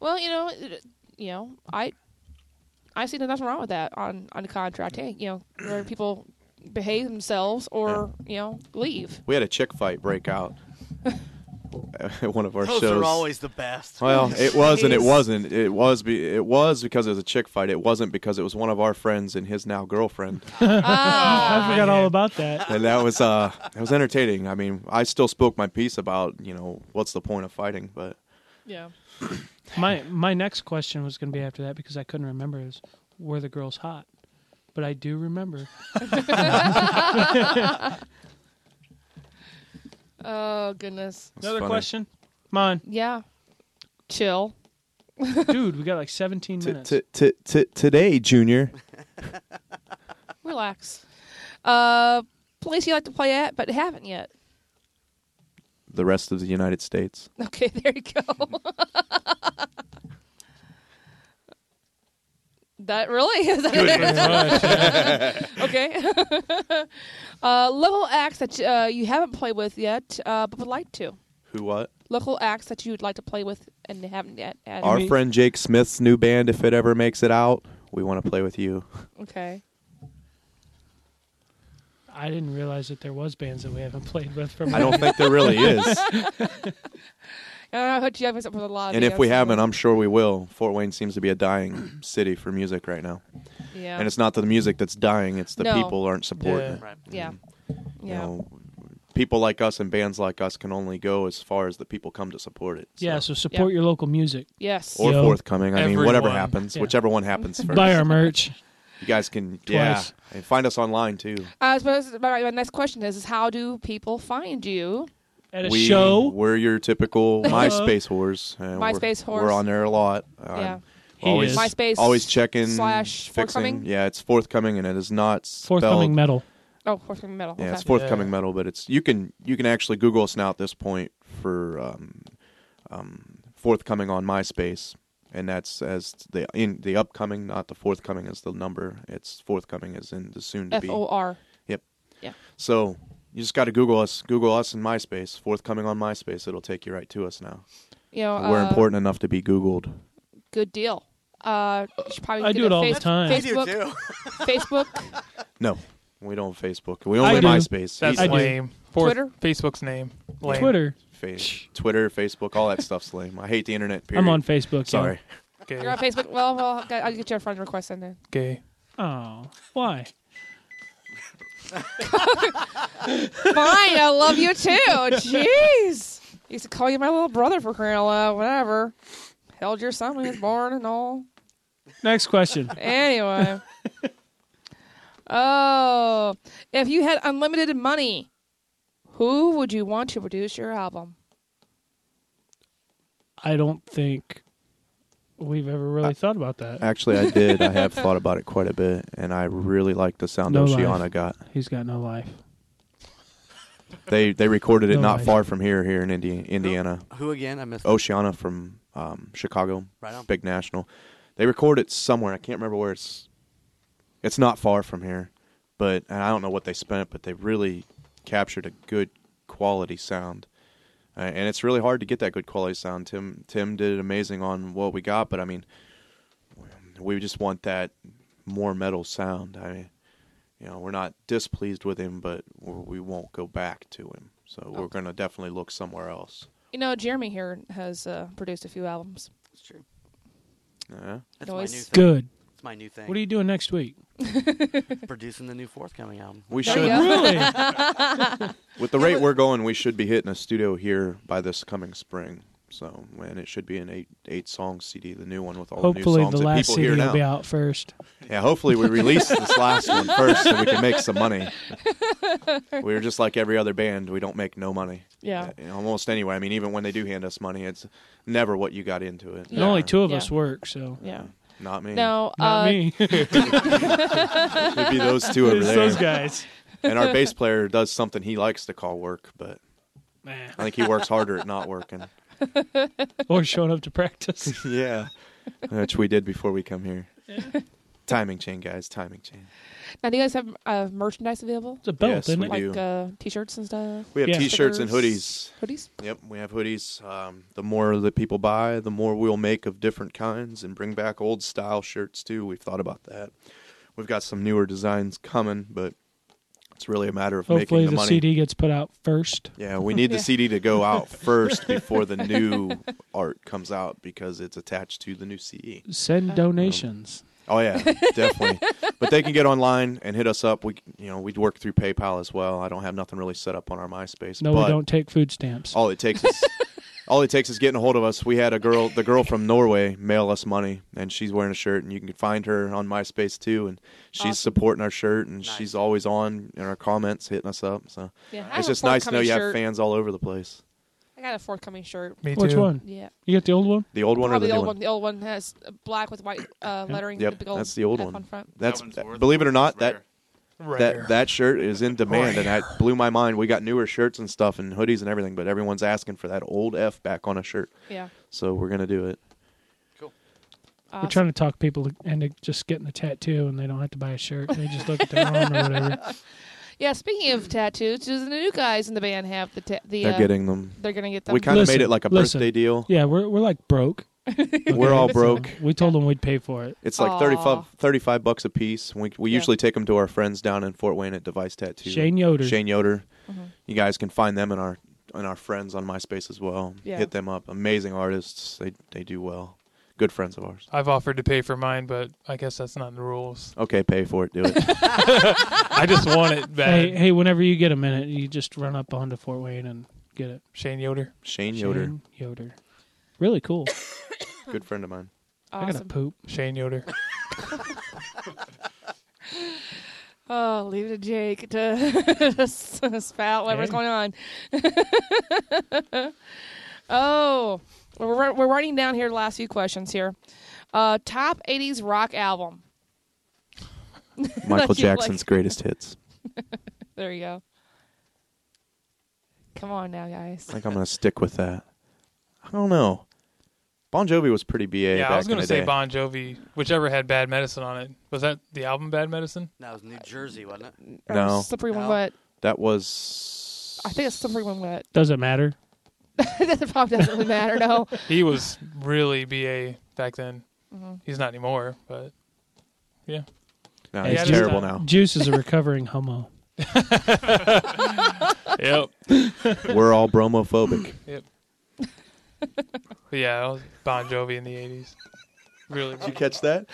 [SPEAKER 5] Well, you know, it- you know, I I see nothing wrong with that on on the contract. Hey, you know, where people behave themselves or you know leave.
[SPEAKER 6] we had a chick fight break out at one of our
[SPEAKER 7] Those
[SPEAKER 6] shows.
[SPEAKER 7] are always the best.
[SPEAKER 6] Well, it was and it
[SPEAKER 5] Jeez.
[SPEAKER 6] wasn't. It was be, it was because it was a chick fight. It wasn't because it was one of our friends and his now girlfriend.
[SPEAKER 5] Ah,
[SPEAKER 8] I forgot all about that.
[SPEAKER 6] and that was uh it was entertaining. I mean, I still spoke my piece about, you know, what's the point of fighting, but
[SPEAKER 5] Yeah.
[SPEAKER 8] My my next question was going to be after that because I couldn't remember. Is were the girls hot? But I do remember.
[SPEAKER 5] Oh goodness.
[SPEAKER 6] it's
[SPEAKER 8] Another
[SPEAKER 6] funny.
[SPEAKER 8] question. Come on,
[SPEAKER 5] Yeah. Chill.
[SPEAKER 8] dude. We got like 17
[SPEAKER 6] T-
[SPEAKER 8] minutes.
[SPEAKER 6] t- t- t- today, Junior.
[SPEAKER 5] Relax. Uh, place you like to play at, but haven't yet.
[SPEAKER 6] The rest of the United States.
[SPEAKER 5] Okay, there you go. that really is. That okay. uh, local acts that uh, you haven't played with yet, uh, but would like to.
[SPEAKER 6] Who what?
[SPEAKER 5] Local acts that you would like to play with and haven't yet. had.
[SPEAKER 6] Our
[SPEAKER 8] mean-
[SPEAKER 6] friend Jake Smith's new band if it ever makes it out. We want to play with you.
[SPEAKER 5] okay.
[SPEAKER 8] I didn't realize that there was bands that we haven't played with. From
[SPEAKER 6] I don't think there really is.
[SPEAKER 5] And I hope you have something with a lot. Of
[SPEAKER 6] And if
[SPEAKER 5] videos.
[SPEAKER 6] we haven't, I'm sure we will. Fort Wayne seems to be a dying city for music right now.
[SPEAKER 5] yeah,
[SPEAKER 6] And it's not the music that's dying, it's the
[SPEAKER 5] No.
[SPEAKER 6] people aren't supporting
[SPEAKER 9] Yeah.
[SPEAKER 6] it.
[SPEAKER 7] Right.
[SPEAKER 5] yeah,
[SPEAKER 6] You
[SPEAKER 5] yeah.
[SPEAKER 6] know, people like us and bands like us can only go as far as the people come to support it. So-
[SPEAKER 8] yeah, so support your local music.
[SPEAKER 5] Yes.
[SPEAKER 6] Or
[SPEAKER 8] Yo.
[SPEAKER 6] forthcoming. I mean, whatever
[SPEAKER 9] Everyone.
[SPEAKER 6] happens,
[SPEAKER 8] Yeah.
[SPEAKER 6] whichever one happens first.
[SPEAKER 8] Buy our merch.
[SPEAKER 6] you guys can, yeah.
[SPEAKER 8] Twice.
[SPEAKER 6] And find us online too.
[SPEAKER 5] Uh, so this is- my, my next question is: Is how do people find you?
[SPEAKER 8] At a
[SPEAKER 6] we,
[SPEAKER 8] show.
[SPEAKER 6] We're your typical MySpace whores. and we're-
[SPEAKER 5] MySpace whores.
[SPEAKER 6] We're on there a lot.
[SPEAKER 5] Yeah.
[SPEAKER 6] Um,
[SPEAKER 8] He
[SPEAKER 6] Always,
[SPEAKER 8] is.
[SPEAKER 5] MySpace
[SPEAKER 6] always checking,
[SPEAKER 5] slash
[SPEAKER 6] fixing.
[SPEAKER 5] forthcoming?
[SPEAKER 6] Yeah, it's forthcoming, and it is not spelled.
[SPEAKER 8] Forthcoming metal.
[SPEAKER 5] Oh, fourth grade metal.
[SPEAKER 6] Yeah,
[SPEAKER 5] okay.
[SPEAKER 6] it's forthcoming
[SPEAKER 9] Yeah.
[SPEAKER 6] metal, but it's you can you can actually Google us now at this point for um, um, forthcoming on MySpace, and that's as the in the upcoming, not the forthcoming as the number. It's forthcoming as in the soon to
[SPEAKER 5] F
[SPEAKER 6] be.
[SPEAKER 5] O R.
[SPEAKER 6] Yep.
[SPEAKER 5] Yeah.
[SPEAKER 6] So you just got to Google us, Google us and MySpace, forthcoming on MySpace. It'll take you right to us now.
[SPEAKER 5] You know,
[SPEAKER 6] We're
[SPEAKER 5] uh,
[SPEAKER 6] important enough to be Googled.
[SPEAKER 5] Good deal. Uh, you should probably
[SPEAKER 8] I
[SPEAKER 5] get
[SPEAKER 8] do
[SPEAKER 5] a
[SPEAKER 8] it all the
[SPEAKER 5] face-
[SPEAKER 8] time.
[SPEAKER 7] I do
[SPEAKER 5] Facebook,
[SPEAKER 7] too.
[SPEAKER 5] Facebook,
[SPEAKER 6] No, We don't Facebook. We
[SPEAKER 8] I
[SPEAKER 6] only
[SPEAKER 8] do.
[SPEAKER 6] MySpace.
[SPEAKER 9] That's
[SPEAKER 8] I do.
[SPEAKER 9] lame. For
[SPEAKER 5] Twitter?
[SPEAKER 9] Facebook's name. Lame.
[SPEAKER 8] Twitter.
[SPEAKER 6] Fa- Twitter, Facebook, all that stuff's lame. I hate the internet. Period.
[SPEAKER 8] I'm on Facebook. yo.
[SPEAKER 6] Sorry.
[SPEAKER 9] Gay.
[SPEAKER 5] You're on Facebook. Well, well, I'll get- I'll get your friend request in there.
[SPEAKER 9] Gay.
[SPEAKER 8] Oh, why?
[SPEAKER 5] Fine, I love you too. Jeez, used to call you my little brother for crying out loud. Whatever. Held your son when he was born and all.
[SPEAKER 8] Next question.
[SPEAKER 5] Anyway. oh, if you had unlimited money, who would you want to produce your album?
[SPEAKER 8] I don't think we've ever really thought about that.
[SPEAKER 6] Actually, I did. I have thought about it quite a bit, and I really like the sound
[SPEAKER 8] No
[SPEAKER 6] Oceana
[SPEAKER 8] life.
[SPEAKER 6] got.
[SPEAKER 8] He's got no
[SPEAKER 6] uh,
[SPEAKER 8] life.
[SPEAKER 6] They they recorded it
[SPEAKER 8] No
[SPEAKER 6] not
[SPEAKER 8] life.
[SPEAKER 6] far from here, here in Indi- Indiana.
[SPEAKER 7] Who again? I missed.
[SPEAKER 6] Oceana from um, Chicago,
[SPEAKER 7] Right on.
[SPEAKER 6] big national. They record it somewhere. I can't remember where it's. It's not far from here, but and I don't know what they spent, but they really captured a good quality sound, uh, and it's really hard to get that good quality sound. Tim Tim did amazing on what we got, but I mean, we just want that more metal sound. I mean, you know, we're not displeased with him, but we're, we won't go back to him. So we're going to definitely look somewhere else.
[SPEAKER 5] You know, Jeremy here has uh, produced a few albums.
[SPEAKER 7] That's true.
[SPEAKER 6] Yeah.
[SPEAKER 7] That's my new
[SPEAKER 5] Noise.
[SPEAKER 7] thing.
[SPEAKER 8] Good.
[SPEAKER 7] It's my new thing.
[SPEAKER 8] What are you doing next week?
[SPEAKER 7] producing the new forthcoming album?
[SPEAKER 6] We
[SPEAKER 5] There
[SPEAKER 6] should.
[SPEAKER 5] you go.
[SPEAKER 8] Really?
[SPEAKER 6] With the rate we're going, we should be hitting a studio here by this coming spring. So, and it should be an eight eight song CD, the new one with all the new
[SPEAKER 8] Hopefully,
[SPEAKER 6] songs
[SPEAKER 8] the
[SPEAKER 6] that
[SPEAKER 8] last
[SPEAKER 6] people
[SPEAKER 8] CD
[SPEAKER 6] hear
[SPEAKER 8] will
[SPEAKER 6] now.
[SPEAKER 8] be out first.
[SPEAKER 6] Yeah, hopefully we release this last one first so we can make some money. We're just like every other band; we don't make no money.
[SPEAKER 5] Yeah.
[SPEAKER 6] Uh, almost anyway. I mean, even when they do hand us money, it's never what you got into it.
[SPEAKER 8] And only two of
[SPEAKER 5] Yeah.
[SPEAKER 8] us work, so
[SPEAKER 5] Yeah.
[SPEAKER 6] Not me.
[SPEAKER 5] No,
[SPEAKER 8] not
[SPEAKER 5] uh,
[SPEAKER 8] me. it's
[SPEAKER 6] it'd be those two over there.
[SPEAKER 8] those guys.
[SPEAKER 6] And our bass player does something he likes to call work, but
[SPEAKER 8] Man.
[SPEAKER 6] I think he works harder at not working.
[SPEAKER 8] Or showing up to practice.
[SPEAKER 6] Yeah. Which we did before we come here. timing chain, guys. Timing chain.
[SPEAKER 5] now do you guys have uh, merchandise available?
[SPEAKER 8] It's a belt,
[SPEAKER 6] Yes,
[SPEAKER 8] isn't
[SPEAKER 6] we
[SPEAKER 8] it?
[SPEAKER 6] do.
[SPEAKER 5] Like uh, t-shirts and stuff,
[SPEAKER 6] We have
[SPEAKER 8] Yeah.
[SPEAKER 6] t-shirts and
[SPEAKER 5] Stickers.
[SPEAKER 6] hoodies.
[SPEAKER 5] hoodies.
[SPEAKER 6] Yep, we have hoodies. Um, the more that people buy, the more we'll make of different kinds and bring back old style shirts too. We've thought about that. We've got some newer designs coming, but it's really a matter of
[SPEAKER 8] Hopefully,
[SPEAKER 6] making
[SPEAKER 8] the,
[SPEAKER 6] the, money.
[SPEAKER 8] CD gets put out first.
[SPEAKER 6] Yeah, we need
[SPEAKER 5] Yeah.
[SPEAKER 6] the CD to go out first before the new art comes out because it's attached to the new E. CD.
[SPEAKER 5] Uh,
[SPEAKER 8] Send donations.
[SPEAKER 6] Oh yeah, definitely. but they can get online and hit us up. We you know we'd work through PayPal as well. I don't have nothing really set up on our MySpace.
[SPEAKER 8] No,
[SPEAKER 6] but
[SPEAKER 8] we don't take food stamps.
[SPEAKER 6] All it takes is all it takes is getting a hold of us. We had a girl, the girl from Norway, mail us money, and she's wearing a shirt, and you can find her on MySpace too. And she's supporting our shirt, and
[SPEAKER 7] Nice.
[SPEAKER 6] she's always on in our comments hitting us up. So
[SPEAKER 5] Yeah, I have
[SPEAKER 6] it's
[SPEAKER 5] a
[SPEAKER 6] just nice to know
[SPEAKER 5] forthcoming
[SPEAKER 6] you have
[SPEAKER 5] shirt.
[SPEAKER 6] fans all over the place.
[SPEAKER 5] I got a forthcoming shirt.
[SPEAKER 9] Me too.
[SPEAKER 8] Which one?
[SPEAKER 5] Yeah,
[SPEAKER 8] You got the old one?
[SPEAKER 6] The old one
[SPEAKER 5] probably the
[SPEAKER 6] or the, new
[SPEAKER 5] old
[SPEAKER 6] one?
[SPEAKER 5] one. The old one has black with white uh, lettering.
[SPEAKER 6] Yep,
[SPEAKER 5] with gold
[SPEAKER 6] that's the old
[SPEAKER 5] F
[SPEAKER 6] one.
[SPEAKER 5] on front.
[SPEAKER 6] That's
[SPEAKER 10] one's worth
[SPEAKER 6] believe it or not
[SPEAKER 10] It's
[SPEAKER 6] that
[SPEAKER 10] rare.
[SPEAKER 9] Rare.
[SPEAKER 6] that that shirt is in demand and that blew my mind we got newer shirts and stuff and hoodies and everything but everyone's asking for that old f back on a shirt
[SPEAKER 5] Yeah.
[SPEAKER 6] so we're gonna do it
[SPEAKER 8] We're trying to talk people into just getting a tattoo and they don't have to buy a shirt. They just look at their arm or whatever.
[SPEAKER 5] Yeah, speaking of tattoos, does the new guys in the band have the ta- the?
[SPEAKER 6] they're
[SPEAKER 5] uh,
[SPEAKER 6] getting them
[SPEAKER 5] They're gonna get them.
[SPEAKER 6] we kind of made
[SPEAKER 8] Listen,
[SPEAKER 6] it like a
[SPEAKER 8] listen.
[SPEAKER 6] birthday deal
[SPEAKER 8] Yeah, we're, we're like broke.
[SPEAKER 6] we're all broke
[SPEAKER 8] We told them we'd pay for it.
[SPEAKER 6] it's like
[SPEAKER 5] Aw.
[SPEAKER 6] 35, 35 bucks a piece we, we
[SPEAKER 5] Yeah.
[SPEAKER 6] usually take them to our friends down in fort wayne at device tattoo
[SPEAKER 8] Shane Yoder.
[SPEAKER 6] shane yoder
[SPEAKER 5] Mm-hmm.
[SPEAKER 6] you guys can find them in our in our friends on myspace as well
[SPEAKER 5] Yeah.
[SPEAKER 6] hit them up amazing artists they they do well good friends of ours
[SPEAKER 9] I've offered to pay for mine, but I guess that's not in the rules.
[SPEAKER 6] okay pay for it do it
[SPEAKER 9] I just want it bad.
[SPEAKER 8] Hey, hey, whenever you get a minute, you just run up onto Fort Wayne and get it.
[SPEAKER 9] Shane Yoder.
[SPEAKER 6] shane yoder
[SPEAKER 8] Shane Yoder. Really cool.
[SPEAKER 6] good friend of mine
[SPEAKER 8] I gotta
[SPEAKER 5] awesome.
[SPEAKER 8] poop.
[SPEAKER 9] Shane Yoder.
[SPEAKER 5] Oh, leave it to Jake to s- spout whatever's
[SPEAKER 8] Hey.
[SPEAKER 5] going on. oh, we're ri- we're writing down here the last few questions here. Uh, top '80s rock album.
[SPEAKER 6] Michael
[SPEAKER 5] Like you like-
[SPEAKER 6] Jackson's greatest hits.
[SPEAKER 5] There you go. Come on now, guys.
[SPEAKER 6] I think I'm going to stick with that. I don't know. Bon Jovi was pretty BA
[SPEAKER 9] yeah,
[SPEAKER 6] back
[SPEAKER 9] I was
[SPEAKER 6] in
[SPEAKER 9] gonna
[SPEAKER 6] the
[SPEAKER 9] say
[SPEAKER 6] day.
[SPEAKER 9] Bon Jovi, whichever had Bad Medicine on it. Was that the album Bad Medicine?
[SPEAKER 7] That was New Jersey, wasn't it?
[SPEAKER 5] Or
[SPEAKER 6] No.
[SPEAKER 5] slippery when
[SPEAKER 7] No.
[SPEAKER 5] wet.
[SPEAKER 6] that was
[SPEAKER 5] I think it's slippery when wet.
[SPEAKER 8] Doesn't matter.
[SPEAKER 5] that probably doesn't really matter. No.
[SPEAKER 9] He was
[SPEAKER 6] Mm-hmm.
[SPEAKER 9] really BA back then. He's not anymore, but yeah.
[SPEAKER 6] No,
[SPEAKER 8] Hey,
[SPEAKER 6] he's
[SPEAKER 9] just,
[SPEAKER 6] terrible
[SPEAKER 8] uh,
[SPEAKER 6] now.
[SPEAKER 8] Juice is a recovering homo.
[SPEAKER 9] Yep.
[SPEAKER 6] We're all bromophobic.
[SPEAKER 9] But yeah, I was Bon Jovi in the '80s. Really,
[SPEAKER 6] Did you catch that?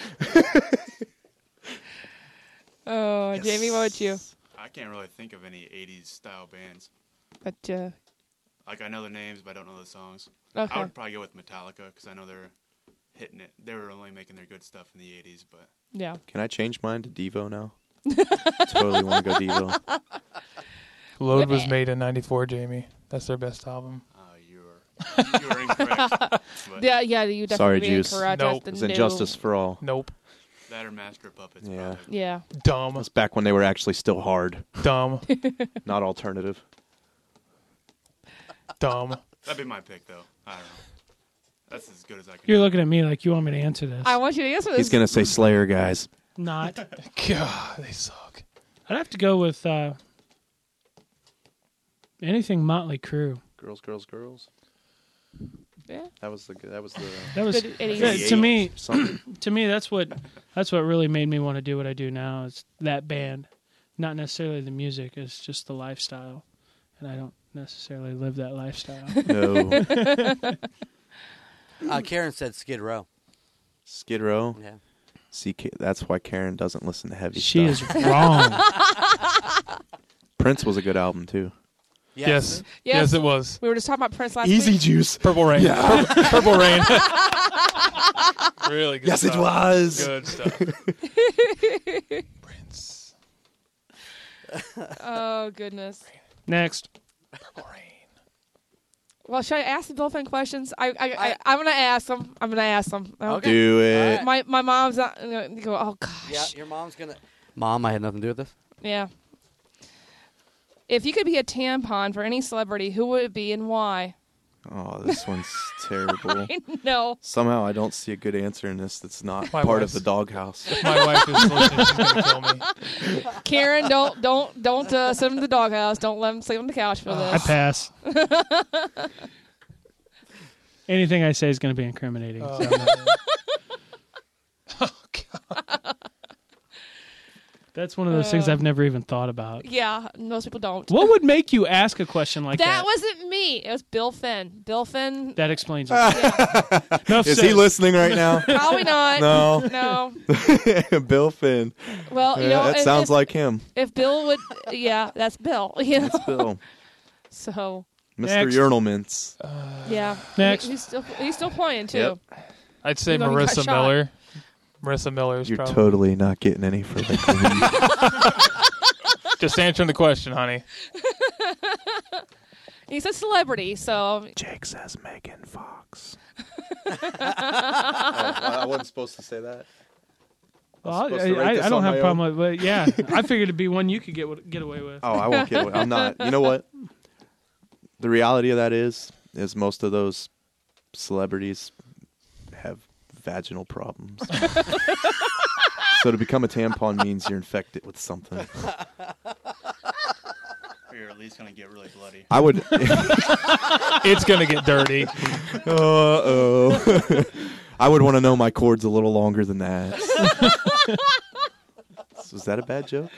[SPEAKER 5] Oh, Jamie, what would you?
[SPEAKER 10] I can't really think of any 80s style bands.
[SPEAKER 5] But uh,
[SPEAKER 10] Like, I know the names, but I don't know the songs. I
[SPEAKER 5] okay,
[SPEAKER 10] would probably go with Metallica because I know they're hitting it. They were only making their good stuff in the 80s, but
[SPEAKER 5] yeah.
[SPEAKER 6] Can I change mine to Devo now? totally want to go Devo.
[SPEAKER 9] Load was made in '94, Jamie. That's their best album.
[SPEAKER 10] uh, you're, you're incorrect. but
[SPEAKER 5] Yeah, yeah, you definitely
[SPEAKER 6] Sorry,
[SPEAKER 5] be
[SPEAKER 6] Juice.
[SPEAKER 5] incorrect.
[SPEAKER 9] Nope.
[SPEAKER 5] That's the
[SPEAKER 6] It's
[SPEAKER 5] new-
[SPEAKER 6] injustice for all.
[SPEAKER 9] Nope.
[SPEAKER 10] That or Master of Puppets.
[SPEAKER 6] Yeah.
[SPEAKER 10] Probably.
[SPEAKER 5] Yeah.
[SPEAKER 9] Dumb.
[SPEAKER 6] That's back when they were actually still hard,
[SPEAKER 9] Dumb.
[SPEAKER 6] not alternative.
[SPEAKER 9] Dumb.
[SPEAKER 10] That'd be my pick, though. I don't know. That's as good as I can
[SPEAKER 8] You're looking at me like you want me to answer this.
[SPEAKER 5] I want you to answer this.
[SPEAKER 6] He's gonna say Slayer, guys.
[SPEAKER 8] Not.
[SPEAKER 9] God, they suck.
[SPEAKER 8] I'd have to go with uh, anything Motley Crue.
[SPEAKER 6] Girls, girls, girls.
[SPEAKER 5] Yeah.
[SPEAKER 6] That was the. That was the.
[SPEAKER 8] That was
[SPEAKER 5] Good idiot.
[SPEAKER 8] that- to me.
[SPEAKER 6] Something.
[SPEAKER 8] To me, that's what that's what really made me want to do what I do now. Is that band, not necessarily the music. It's just the lifestyle, and I don't necessarily live that lifestyle.
[SPEAKER 6] No.
[SPEAKER 7] Uh, Karen said Skid Row.
[SPEAKER 6] Skid Row.
[SPEAKER 7] Yeah.
[SPEAKER 6] CK. That's why Karen doesn't listen to heavy
[SPEAKER 8] she
[SPEAKER 6] stuff.
[SPEAKER 8] is wrong.
[SPEAKER 6] Prince was a good album too.
[SPEAKER 9] Yes. Yes,
[SPEAKER 5] Yes.
[SPEAKER 9] it was.
[SPEAKER 5] We were just talking about Prince last week.
[SPEAKER 6] Juice.
[SPEAKER 9] Purple Rain. Purple, Purple Rain. really good
[SPEAKER 6] Yes, it
[SPEAKER 9] stuff.
[SPEAKER 6] was.
[SPEAKER 9] Good stuff. Prince.
[SPEAKER 5] Oh goodness.
[SPEAKER 8] Next,
[SPEAKER 9] Purple Rain.
[SPEAKER 5] Well, should I ask the dolphin questions? I I, I, I am gonna ask them. I'm gonna ask them.
[SPEAKER 7] Okay.
[SPEAKER 6] Do it.
[SPEAKER 7] Alright.
[SPEAKER 5] My my mom's not I'm gonna go. Oh gosh.
[SPEAKER 7] Yeah, your mom's gonna. Mom, I had nothing to do with this.
[SPEAKER 5] Yeah. If you could be a tampon for any celebrity, who would it be and why?
[SPEAKER 6] Oh, this one's terrible.
[SPEAKER 5] No.
[SPEAKER 6] Somehow I don't see a good answer in this. That's not
[SPEAKER 9] My
[SPEAKER 6] part
[SPEAKER 9] wife's-
[SPEAKER 6] of the doghouse.
[SPEAKER 9] My wife is listening. She's gonna kill me.
[SPEAKER 5] Karen, don't don't don't uh, send him to the doghouse. Don't let him sleep on the couch for
[SPEAKER 8] I
[SPEAKER 5] this.
[SPEAKER 8] pass. Anything I say is going to be incriminating.
[SPEAKER 9] Oh,
[SPEAKER 8] so Oh,
[SPEAKER 9] man.
[SPEAKER 8] that's one of those
[SPEAKER 6] Uh.
[SPEAKER 8] things I've never even thought about.
[SPEAKER 5] Yeah, most people don't.
[SPEAKER 8] What would make you ask a question like
[SPEAKER 5] That,
[SPEAKER 8] that?
[SPEAKER 5] wasn't me. It was Bill Finn. Bill Finn.
[SPEAKER 8] That explains it. Enough
[SPEAKER 6] Is
[SPEAKER 8] said.
[SPEAKER 6] he listening right now?
[SPEAKER 5] Probably not.
[SPEAKER 6] No.
[SPEAKER 5] No.
[SPEAKER 6] Bill Finn.
[SPEAKER 5] Well, you
[SPEAKER 6] Yeah,
[SPEAKER 5] know,
[SPEAKER 6] that
[SPEAKER 5] if,
[SPEAKER 6] sounds
[SPEAKER 5] if,
[SPEAKER 6] like him.
[SPEAKER 5] if Bill would, yeah, that's Bill. You know,
[SPEAKER 6] Bill.
[SPEAKER 5] so
[SPEAKER 6] Mr.
[SPEAKER 8] Next.
[SPEAKER 6] Urinal Mints.
[SPEAKER 5] yeah.
[SPEAKER 8] Next.
[SPEAKER 5] He, he's still he's still playing too.
[SPEAKER 6] Yep.
[SPEAKER 9] I'd say
[SPEAKER 5] You know, he got
[SPEAKER 9] Marissa
[SPEAKER 5] shot.
[SPEAKER 9] Miller. Marissa Miller is
[SPEAKER 6] You're
[SPEAKER 9] probably.
[SPEAKER 6] totally not getting any for the
[SPEAKER 9] Just answering the question, honey.
[SPEAKER 5] He's a celebrity, so
[SPEAKER 6] Jake says Megan Fox. Oh, I wasn't supposed to say that. I'm
[SPEAKER 8] Well, I,
[SPEAKER 6] supposed to rate
[SPEAKER 8] I-
[SPEAKER 6] this
[SPEAKER 8] I don't
[SPEAKER 6] on
[SPEAKER 8] have
[SPEAKER 6] my
[SPEAKER 8] a problem with but yeah, I figured it'd be one you could get get away with.
[SPEAKER 6] Oh, I won't get away. I'm not. You know what? The reality of that is, is most of those celebrities have vaginal problems. so to become a tampon means you're infected with something.
[SPEAKER 10] Or you're at least going to get really bloody.
[SPEAKER 6] I would.
[SPEAKER 9] It's gonna get dirty.
[SPEAKER 6] Uh oh. I would want to know my chords a little longer than that. Was that a bad joke?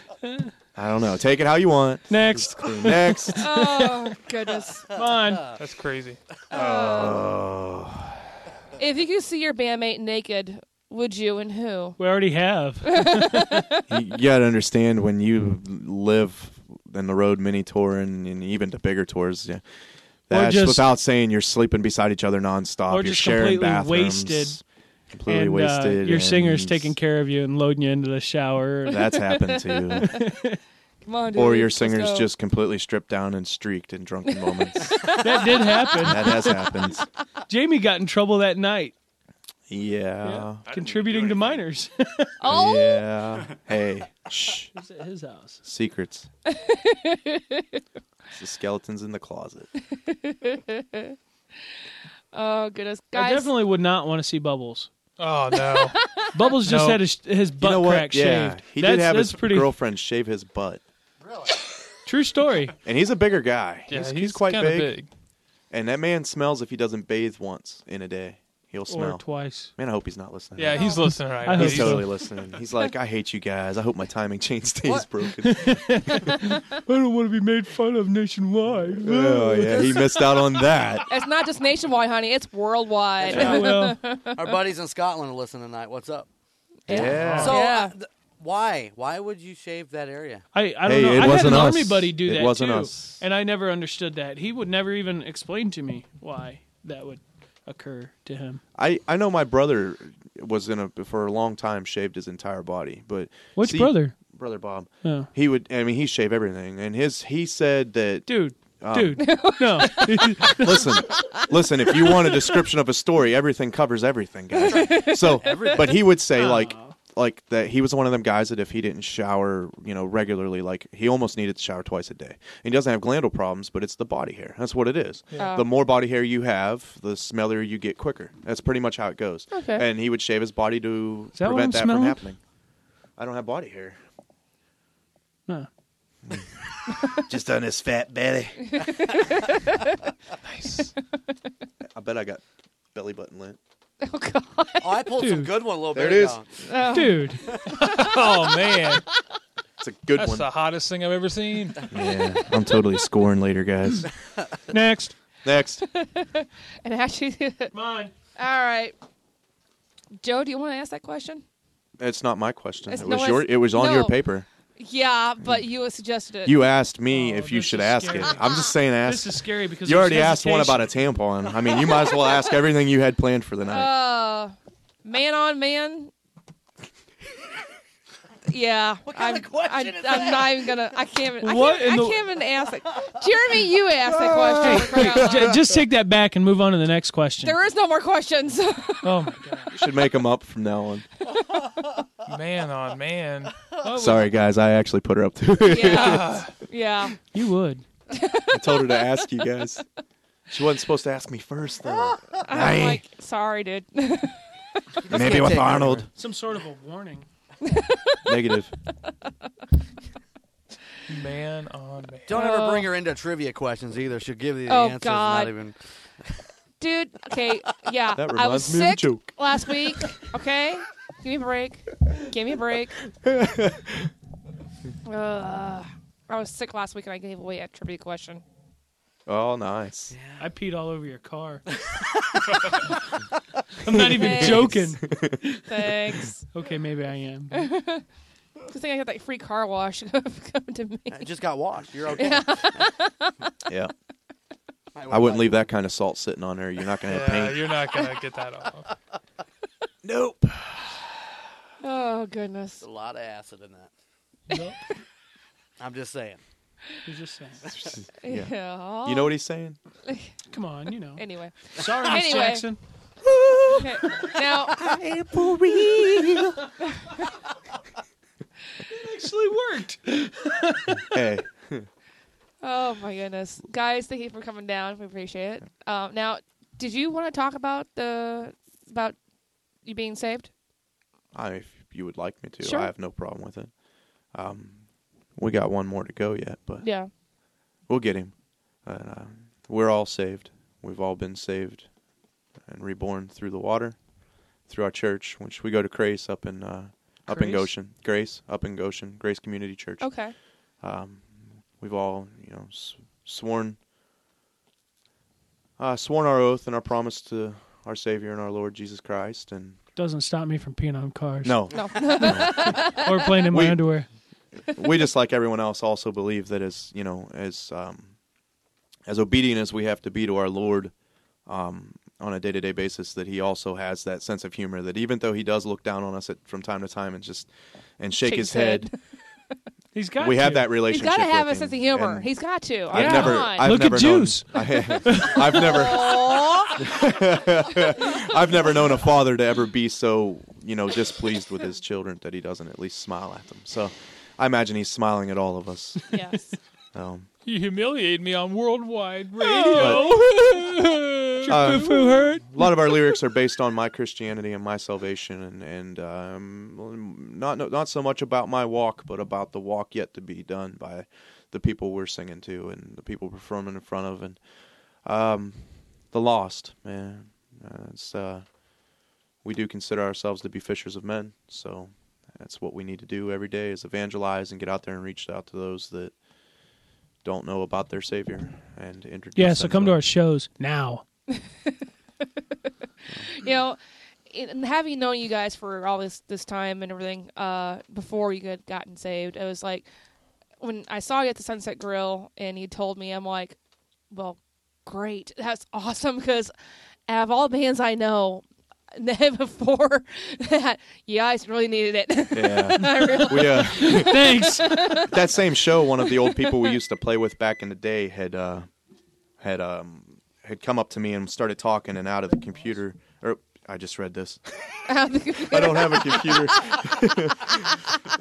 [SPEAKER 6] I don't know. Take it how you want.
[SPEAKER 8] Next,
[SPEAKER 6] Next.
[SPEAKER 5] oh goodness.
[SPEAKER 8] come on.
[SPEAKER 9] That's crazy.
[SPEAKER 6] Oh.
[SPEAKER 5] If you could see your bandmate naked, would you and who?
[SPEAKER 8] We already have.
[SPEAKER 6] You, you got to understand when you live in the road mini tour and, and even to bigger tours, yeah, that's
[SPEAKER 8] just-
[SPEAKER 6] without saying you're sleeping beside each other nonstop.
[SPEAKER 8] Or
[SPEAKER 6] you're
[SPEAKER 8] just
[SPEAKER 6] sharing
[SPEAKER 8] completely
[SPEAKER 6] bathrooms.
[SPEAKER 8] wasted
[SPEAKER 6] Completely
[SPEAKER 8] and, uh,
[SPEAKER 6] wasted.
[SPEAKER 8] your
[SPEAKER 6] and
[SPEAKER 8] singer's taking care of you and loading you into the shower. and-
[SPEAKER 6] That's happened to you.
[SPEAKER 5] Come on, dude,
[SPEAKER 6] or your
[SPEAKER 5] let's
[SPEAKER 6] singer's
[SPEAKER 5] go.
[SPEAKER 6] just completely stripped down and streaked in drunken moments.
[SPEAKER 8] that did happen.
[SPEAKER 6] that has happened.
[SPEAKER 8] Jamie got in trouble that night,
[SPEAKER 6] Yeah.
[SPEAKER 10] I didn't even do
[SPEAKER 8] contributing to
[SPEAKER 10] anything.
[SPEAKER 8] minors.
[SPEAKER 5] Oh,
[SPEAKER 6] Yeah. Hey. Shh.
[SPEAKER 8] It was at his house.
[SPEAKER 6] Secrets. it's the skeletons in the closet.
[SPEAKER 5] oh goodness,
[SPEAKER 8] I
[SPEAKER 5] guys.
[SPEAKER 8] definitely would not want to see Bubbles.
[SPEAKER 9] Oh no.
[SPEAKER 8] Bubbles just
[SPEAKER 9] No.
[SPEAKER 8] had his, his butt crack
[SPEAKER 6] yeah.
[SPEAKER 8] shaved.
[SPEAKER 6] He
[SPEAKER 8] that's,
[SPEAKER 6] did have
[SPEAKER 8] that's
[SPEAKER 6] his
[SPEAKER 8] pretty
[SPEAKER 6] girlfriend shave his butt.
[SPEAKER 8] true story.
[SPEAKER 6] And he's a bigger guy.
[SPEAKER 9] Yeah,
[SPEAKER 6] he's, he's quite
[SPEAKER 9] kinda
[SPEAKER 6] big. And that man smells if he doesn't bathe once in a day. He He'll
[SPEAKER 8] or
[SPEAKER 6] smell.
[SPEAKER 8] twice.
[SPEAKER 6] Man, I hope he's not listening.
[SPEAKER 9] Yeah, he's listening right
[SPEAKER 8] I
[SPEAKER 9] now.
[SPEAKER 8] hope
[SPEAKER 6] he's
[SPEAKER 9] He's-
[SPEAKER 8] so.
[SPEAKER 6] totally listening. He's like, I hate you guys. I hope my timing chain stays
[SPEAKER 7] What?
[SPEAKER 6] broken.
[SPEAKER 8] I don't want to be made fun of nationwide.
[SPEAKER 6] oh yeah, he missed out on that.
[SPEAKER 5] It's not just nationwide, honey. It's worldwide.
[SPEAKER 7] Yeah.
[SPEAKER 8] well,
[SPEAKER 7] Our buddies in Scotland are listening tonight. What's up?
[SPEAKER 6] Yeah.
[SPEAKER 7] So,
[SPEAKER 5] Yeah.
[SPEAKER 7] uh, th- why? Why would you shave that area?
[SPEAKER 8] I, I don't
[SPEAKER 6] Hey,
[SPEAKER 8] know.
[SPEAKER 6] it
[SPEAKER 8] I
[SPEAKER 6] wasn't
[SPEAKER 8] had an
[SPEAKER 6] us.
[SPEAKER 8] army buddy do
[SPEAKER 6] It
[SPEAKER 8] that
[SPEAKER 6] wasn't
[SPEAKER 8] too,
[SPEAKER 6] us.
[SPEAKER 8] and I never understood that. He would never even explain to me why that would occur to him.
[SPEAKER 6] I, I know my brother was in a for a long time shaved his entire body, but
[SPEAKER 8] Which
[SPEAKER 6] see-
[SPEAKER 8] brother?
[SPEAKER 6] Brother Bob.
[SPEAKER 8] Oh.
[SPEAKER 6] He would. I mean, he shaved everything, and his he said that.
[SPEAKER 8] Dude,
[SPEAKER 6] Um,
[SPEAKER 8] dude, no.
[SPEAKER 6] Listen, listen. If you want a description of a story, everything covers everything, guys. So, but he would say like, like that he was one of them guys that if he didn't shower, you know, regularly, like he almost needed to shower twice a day. And he doesn't have glandal problems, but it's the body hair. That's what it is.
[SPEAKER 5] Yeah.
[SPEAKER 8] Oh.
[SPEAKER 6] The more body hair you have, the smellier you get quicker. That's pretty much how it goes.
[SPEAKER 5] Okay.
[SPEAKER 6] And he would shave his body to
[SPEAKER 8] Is that what
[SPEAKER 6] prevent that
[SPEAKER 8] I'm smelling?
[SPEAKER 6] from happening. I don't have body hair.
[SPEAKER 8] no.
[SPEAKER 6] Just on his fat belly.
[SPEAKER 9] nice.
[SPEAKER 6] I bet I got belly button lint.
[SPEAKER 5] Oh God.
[SPEAKER 7] Oh, I pulled some
[SPEAKER 8] Dude.
[SPEAKER 7] good one a little
[SPEAKER 6] There
[SPEAKER 7] bit
[SPEAKER 6] it
[SPEAKER 7] ago.
[SPEAKER 8] Dude,
[SPEAKER 9] Oh man,
[SPEAKER 6] It's a good
[SPEAKER 9] that's
[SPEAKER 6] one.
[SPEAKER 9] the hottest thing I've ever seen.
[SPEAKER 6] Yeah, I'm totally scoring later, guys.
[SPEAKER 8] next.
[SPEAKER 6] Next.
[SPEAKER 5] And actually, all
[SPEAKER 8] Come on.
[SPEAKER 5] right. Joe, do you want to ask that question?
[SPEAKER 6] It's not my question.
[SPEAKER 5] It's
[SPEAKER 6] it
[SPEAKER 5] no
[SPEAKER 6] was your.
[SPEAKER 5] one's-
[SPEAKER 6] It was on your
[SPEAKER 5] no.
[SPEAKER 6] paper.
[SPEAKER 5] Yeah, but you suggested it.
[SPEAKER 6] Mm. You asked me
[SPEAKER 8] Oh,
[SPEAKER 6] if you
[SPEAKER 8] this
[SPEAKER 6] should
[SPEAKER 8] is
[SPEAKER 6] ask
[SPEAKER 8] scary.
[SPEAKER 6] it. I'm just saying,
[SPEAKER 8] This
[SPEAKER 6] ask.
[SPEAKER 8] is scary because
[SPEAKER 6] You
[SPEAKER 8] there's
[SPEAKER 6] already asked one about
[SPEAKER 8] hesitation.
[SPEAKER 6] a tampon. I mean, you might as well ask everything you had planned for the night.
[SPEAKER 5] Uh, man on man. Yeah, what
[SPEAKER 7] kind
[SPEAKER 5] I'm,
[SPEAKER 7] of question
[SPEAKER 5] I,
[SPEAKER 7] is
[SPEAKER 5] I'm
[SPEAKER 7] that?
[SPEAKER 5] not even gonna. I can't. even- I
[SPEAKER 8] What
[SPEAKER 5] can't,
[SPEAKER 8] in
[SPEAKER 5] I
[SPEAKER 8] the-
[SPEAKER 5] can't even ask it. Jeremy, you asked that question. for crying out
[SPEAKER 8] J-
[SPEAKER 5] loud.
[SPEAKER 8] just take that back and move on to the next question.
[SPEAKER 5] There is no more questions.
[SPEAKER 8] oh my god.
[SPEAKER 6] You should make them up from now on.
[SPEAKER 9] Man on man.
[SPEAKER 6] Sorry, guys. I actually put her up to it.
[SPEAKER 5] yeah, yeah.
[SPEAKER 8] You would.
[SPEAKER 6] I told her to ask you guys. She wasn't supposed to ask me first, though.
[SPEAKER 5] I'm like, sorry, dude.
[SPEAKER 6] Maybe
[SPEAKER 7] can't
[SPEAKER 6] with
[SPEAKER 7] take
[SPEAKER 6] Arnold.
[SPEAKER 8] Some sort of a warning.
[SPEAKER 6] Negative.
[SPEAKER 9] Man on man.
[SPEAKER 7] Don't ever
[SPEAKER 5] Oh.
[SPEAKER 7] bring her into trivia questions either. She'll give you the
[SPEAKER 5] Oh,
[SPEAKER 7] answers.
[SPEAKER 5] God.
[SPEAKER 7] Not even.
[SPEAKER 5] Dude, okay, yeah.
[SPEAKER 6] That
[SPEAKER 5] I was
[SPEAKER 6] reminds me of a
[SPEAKER 5] sick
[SPEAKER 6] joke.
[SPEAKER 5] last week. Okay, give me a break. Give me a break. Uh, I was sick last week, and I gave away a trivia question.
[SPEAKER 6] Oh, nice.
[SPEAKER 8] I peed all over your car. I'm not even
[SPEAKER 5] Thanks.
[SPEAKER 8] joking.
[SPEAKER 5] Thanks.
[SPEAKER 8] Okay, maybe I am.
[SPEAKER 5] Good thing I got that free car wash coming to me.
[SPEAKER 7] It just got washed. You're okay.
[SPEAKER 6] Yeah. I wouldn't leave that kind of salt sitting on her. You're not going to have
[SPEAKER 9] Yeah,
[SPEAKER 6] paint.
[SPEAKER 9] you're not gonna get that off.
[SPEAKER 6] Nope.
[SPEAKER 5] Oh goodness.
[SPEAKER 7] There's a lot of acid in that.
[SPEAKER 8] Nope.
[SPEAKER 7] I'm just saying.
[SPEAKER 8] You're just saying.
[SPEAKER 6] Yeah.
[SPEAKER 5] Yeah.
[SPEAKER 6] You know what he's saying?
[SPEAKER 8] Come on, you know.
[SPEAKER 5] Anyway.
[SPEAKER 8] Sorry, Miss
[SPEAKER 5] Anyway.
[SPEAKER 8] Jackson.
[SPEAKER 5] Okay. Now,
[SPEAKER 8] Actually worked.
[SPEAKER 6] Hey.
[SPEAKER 5] oh my goodness, guys, thank you for coming down. We appreciate it. Um, now, did you want to talk about the about you being saved?
[SPEAKER 6] I, if you would like me to,
[SPEAKER 5] Sure.
[SPEAKER 6] I have no problem with it. Um, we got one more to go yet, but
[SPEAKER 5] Yeah.
[SPEAKER 6] we'll get him. And, uh, we're all saved. We've all been saved and reborn through the water, through our church, which we go to Grace up in uh, up in
[SPEAKER 8] Grace?
[SPEAKER 6] Goshen. Grace up in Goshen, Grace Community Church.
[SPEAKER 5] Okay.
[SPEAKER 6] Um, We've all, you know, s- sworn uh, sworn our oath and our promise to our Savior and our Lord Jesus Christ. And
[SPEAKER 8] Doesn't stop me from peeing on cars.
[SPEAKER 6] no,
[SPEAKER 5] No.
[SPEAKER 8] Or playing in my
[SPEAKER 6] We-
[SPEAKER 8] underwear.
[SPEAKER 6] we just like everyone else also believe that as you know as um, as obedient as we have to be to our Lord um, on a day to day basis, that He also has that sense of humor. That even though He does look down on us at, from time to time and just and shake,
[SPEAKER 5] Shake
[SPEAKER 6] his
[SPEAKER 5] his
[SPEAKER 6] head,
[SPEAKER 8] He's got.
[SPEAKER 6] we
[SPEAKER 8] to.
[SPEAKER 6] have that
[SPEAKER 5] He's got
[SPEAKER 6] relationship.
[SPEAKER 5] to have a
[SPEAKER 6] with
[SPEAKER 5] sense of
[SPEAKER 6] him.
[SPEAKER 5] humor.
[SPEAKER 6] And
[SPEAKER 5] He's got to.
[SPEAKER 6] I've
[SPEAKER 5] Come
[SPEAKER 6] never,
[SPEAKER 5] on.
[SPEAKER 6] I've
[SPEAKER 8] Look at
[SPEAKER 6] never known,
[SPEAKER 8] Jews.
[SPEAKER 6] I've never, I've never known a father to ever be so you know displeased with his children that he doesn't at least smile at them. So, I imagine he's smiling at all of us.
[SPEAKER 5] yes.
[SPEAKER 6] Um,
[SPEAKER 9] You humiliated me on worldwide radio.
[SPEAKER 6] Uh,
[SPEAKER 8] Who Oh. hurt?
[SPEAKER 6] a lot of our lyrics are based on my Christianity and my salvation, and and um, not not so much about my walk, but about the walk yet to be done by the people we're singing to and the people performing in front of, and um, the lost man. Uh, it's uh, we do consider ourselves to be fishers of men. So that's what we need to do every day is evangelize and get out there and reach out to those that don't know about their Savior and introduce.
[SPEAKER 8] Yeah, so
[SPEAKER 6] them
[SPEAKER 8] come to
[SPEAKER 6] them.
[SPEAKER 8] our shows now.
[SPEAKER 5] you know, in- and having known you guys for all this this time and everything, uh, before you had gotten saved, it was like when I saw you at the Sunset Grill and you told me, I'm like, well, great, that's awesome because out of all the bands I know. Before that, you guys really needed it.
[SPEAKER 6] Yeah,
[SPEAKER 5] I really-
[SPEAKER 6] we uh,
[SPEAKER 8] Thanks.
[SPEAKER 6] that same show, one of the old people we used to play with back in the day had uh, had um, had come up to me and started talking, and out of the computer, or I just read this. I don't have a computer.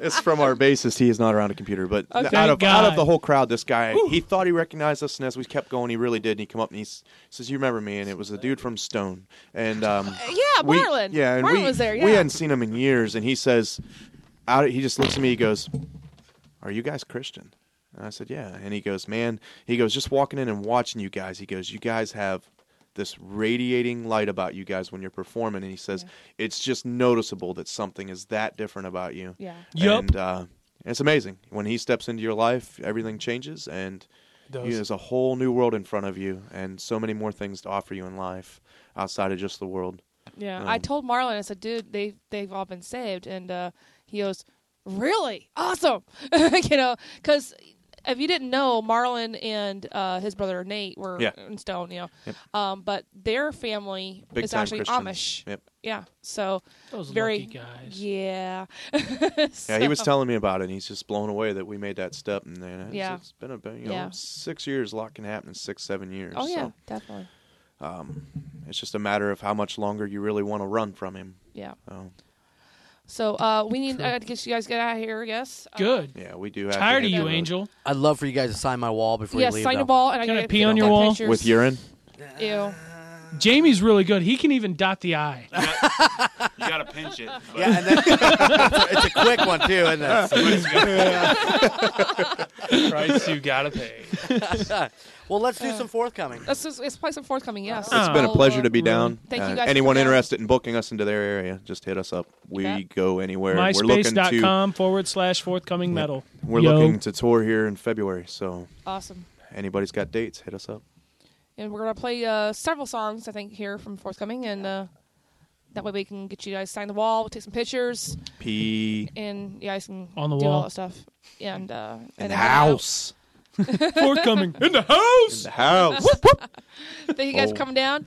[SPEAKER 6] it's from our bassist. He is not around a computer, but
[SPEAKER 5] Oh,
[SPEAKER 8] thank
[SPEAKER 6] out of out of
[SPEAKER 8] God.
[SPEAKER 6] the whole crowd, this guy he thought he recognized us, and as we kept going, he really did. And he come up and he s- says, "You remember me?" And it was the dude from Stone, and um,
[SPEAKER 5] Uh, yeah,
[SPEAKER 6] we-
[SPEAKER 5] Marlon.
[SPEAKER 6] yeah, and
[SPEAKER 5] Marlon
[SPEAKER 6] we,
[SPEAKER 5] was there. Yeah,
[SPEAKER 6] We hadn't seen him in years, and he says, out. He just looks at me. He goes, "Are you guys Christian?" And I said, "Yeah." And he goes, "Man," he goes, "Just walking in and watching you guys." He goes, "You guys have." This radiating light about you guys when you're performing, and he says it's just noticeable that something is that different about you.
[SPEAKER 5] yeah.
[SPEAKER 8] Yup.
[SPEAKER 6] And uh, it's amazing when he steps into your life, everything changes, and
[SPEAKER 9] does.
[SPEAKER 6] you, there's a whole new world in front of you, and so many more things to offer you in life outside of just the world.
[SPEAKER 5] Yeah, I
[SPEAKER 6] Um,
[SPEAKER 5] told Marlon, I said, dude, they they've all been saved, and uh, he goes, really awesome, you know, because if you didn't know, Marlon and uh, his brother Nate were
[SPEAKER 6] Yeah.
[SPEAKER 5] in Stone, you know, um, but their family
[SPEAKER 6] Big
[SPEAKER 5] is
[SPEAKER 6] time
[SPEAKER 5] actually
[SPEAKER 6] Christians.
[SPEAKER 5] Amish.
[SPEAKER 6] Yep.
[SPEAKER 5] Yeah, so
[SPEAKER 8] Those
[SPEAKER 5] Very-
[SPEAKER 8] lucky guys.
[SPEAKER 5] yeah,
[SPEAKER 6] Yeah, he was telling me about it. and He's just blown away that we made that step, and then it's,
[SPEAKER 5] Yeah.
[SPEAKER 6] it's been about you know
[SPEAKER 5] Yeah.
[SPEAKER 6] six years. A lot can happen in six, seven years.
[SPEAKER 5] oh yeah,
[SPEAKER 6] so
[SPEAKER 5] definitely,
[SPEAKER 6] it's just a matter of how much longer you really want to run from him.
[SPEAKER 5] yeah.
[SPEAKER 6] So
[SPEAKER 5] So uh, we need I got to get you guys get out of here, I guess. Uh,
[SPEAKER 8] Good.
[SPEAKER 6] yeah, we do. Have to
[SPEAKER 8] Tired of
[SPEAKER 6] hit the
[SPEAKER 8] you,
[SPEAKER 6] road.
[SPEAKER 8] Angel.
[SPEAKER 7] I'd love for you guys to sign my wall before
[SPEAKER 5] yeah,
[SPEAKER 7] you leave.
[SPEAKER 5] sign
[SPEAKER 7] though.
[SPEAKER 5] your ball, and I
[SPEAKER 8] Can I
[SPEAKER 5] gotta
[SPEAKER 8] pee on
[SPEAKER 5] get
[SPEAKER 8] your wall?
[SPEAKER 5] pictures.
[SPEAKER 6] with urine.
[SPEAKER 5] Ew.
[SPEAKER 8] Jamie's really good. He can even dot the I.
[SPEAKER 10] You gotta pinch it. but-
[SPEAKER 7] Yeah, and then, it's a quick one too, isn't it?
[SPEAKER 9] Price you gotta pay.
[SPEAKER 7] Well, let's do some forthcoming.
[SPEAKER 5] Let's just let's play some forthcoming. Yes,
[SPEAKER 6] It's
[SPEAKER 8] Oh.
[SPEAKER 6] been a pleasure to be down.
[SPEAKER 5] Oh, Thank you
[SPEAKER 6] Uh,
[SPEAKER 5] guys for
[SPEAKER 6] anyone
[SPEAKER 5] coming out.
[SPEAKER 6] interested in booking us into their area, just hit us up. We
[SPEAKER 5] bet.
[SPEAKER 6] go anywhere. We're looking to
[SPEAKER 8] MySpace.com forward slash forthcoming metal.
[SPEAKER 6] we're
[SPEAKER 8] Yo.
[SPEAKER 6] looking to tour here in February. So
[SPEAKER 5] awesome.
[SPEAKER 6] anybody's got dates, hit us up.
[SPEAKER 5] and we're gonna play uh, several songs I think here from forthcoming, and uh, that way we can get you guys sign the wall, we'll take some pictures,
[SPEAKER 6] P
[SPEAKER 5] and you guys can
[SPEAKER 8] On the
[SPEAKER 5] do all
[SPEAKER 8] wall.
[SPEAKER 5] that stuff. And uh,
[SPEAKER 6] in
[SPEAKER 5] and
[SPEAKER 6] the
[SPEAKER 5] then-
[SPEAKER 6] house.
[SPEAKER 8] forthcoming in the house.
[SPEAKER 6] The house.
[SPEAKER 5] Thank you guys for
[SPEAKER 6] Oh.
[SPEAKER 5] coming down,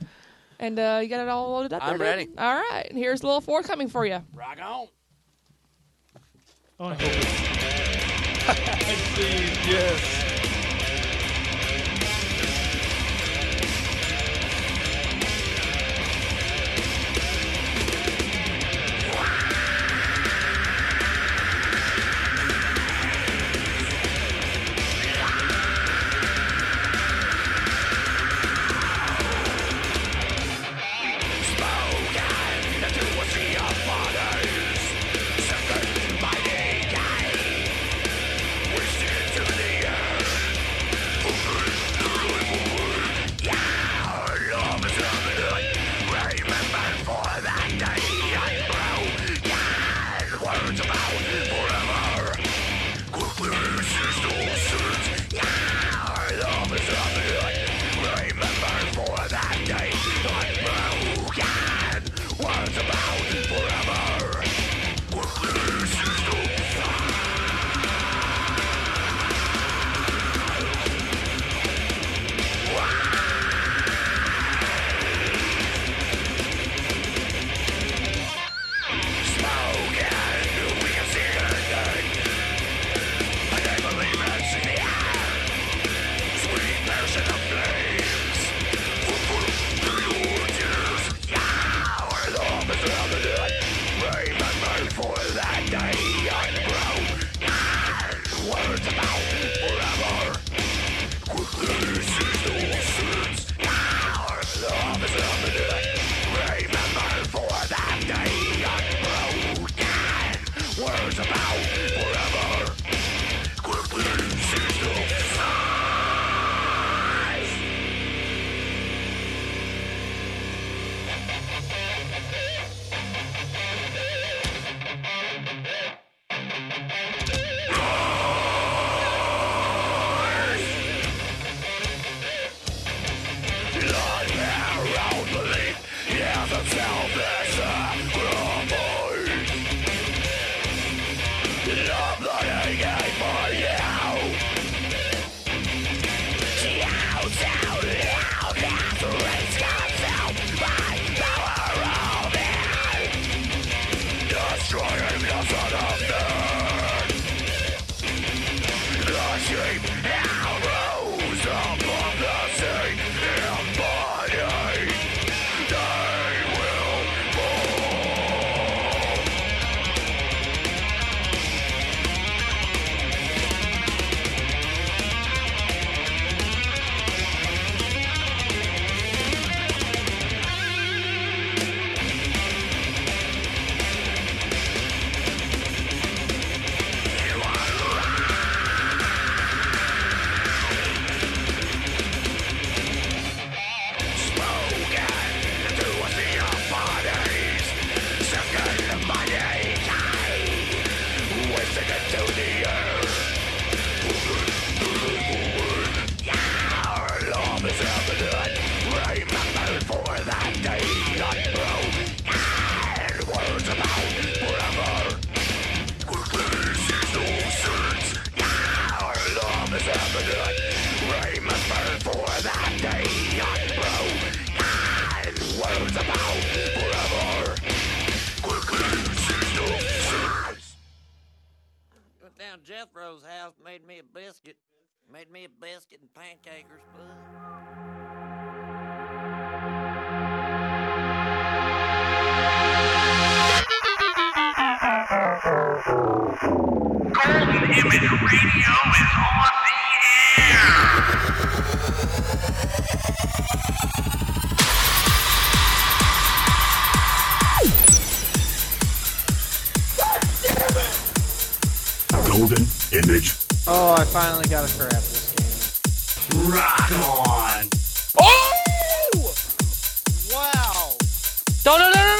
[SPEAKER 5] and uh, you got it all loaded up.
[SPEAKER 7] I'm
[SPEAKER 5] there,
[SPEAKER 7] ready.
[SPEAKER 5] dude? All right, here's a little forthcoming for you.
[SPEAKER 7] Rock on.
[SPEAKER 8] Oh, I hope it-
[SPEAKER 7] Went down to Jethro's house, made me a biscuit. Made me a biscuit and pancake or something.
[SPEAKER 2] Golden Image.
[SPEAKER 12] Oh, I finally got it for Apple's
[SPEAKER 2] Rock on.
[SPEAKER 13] Oh!
[SPEAKER 12] game. Wow.
[SPEAKER 13] No, no, no, no, no,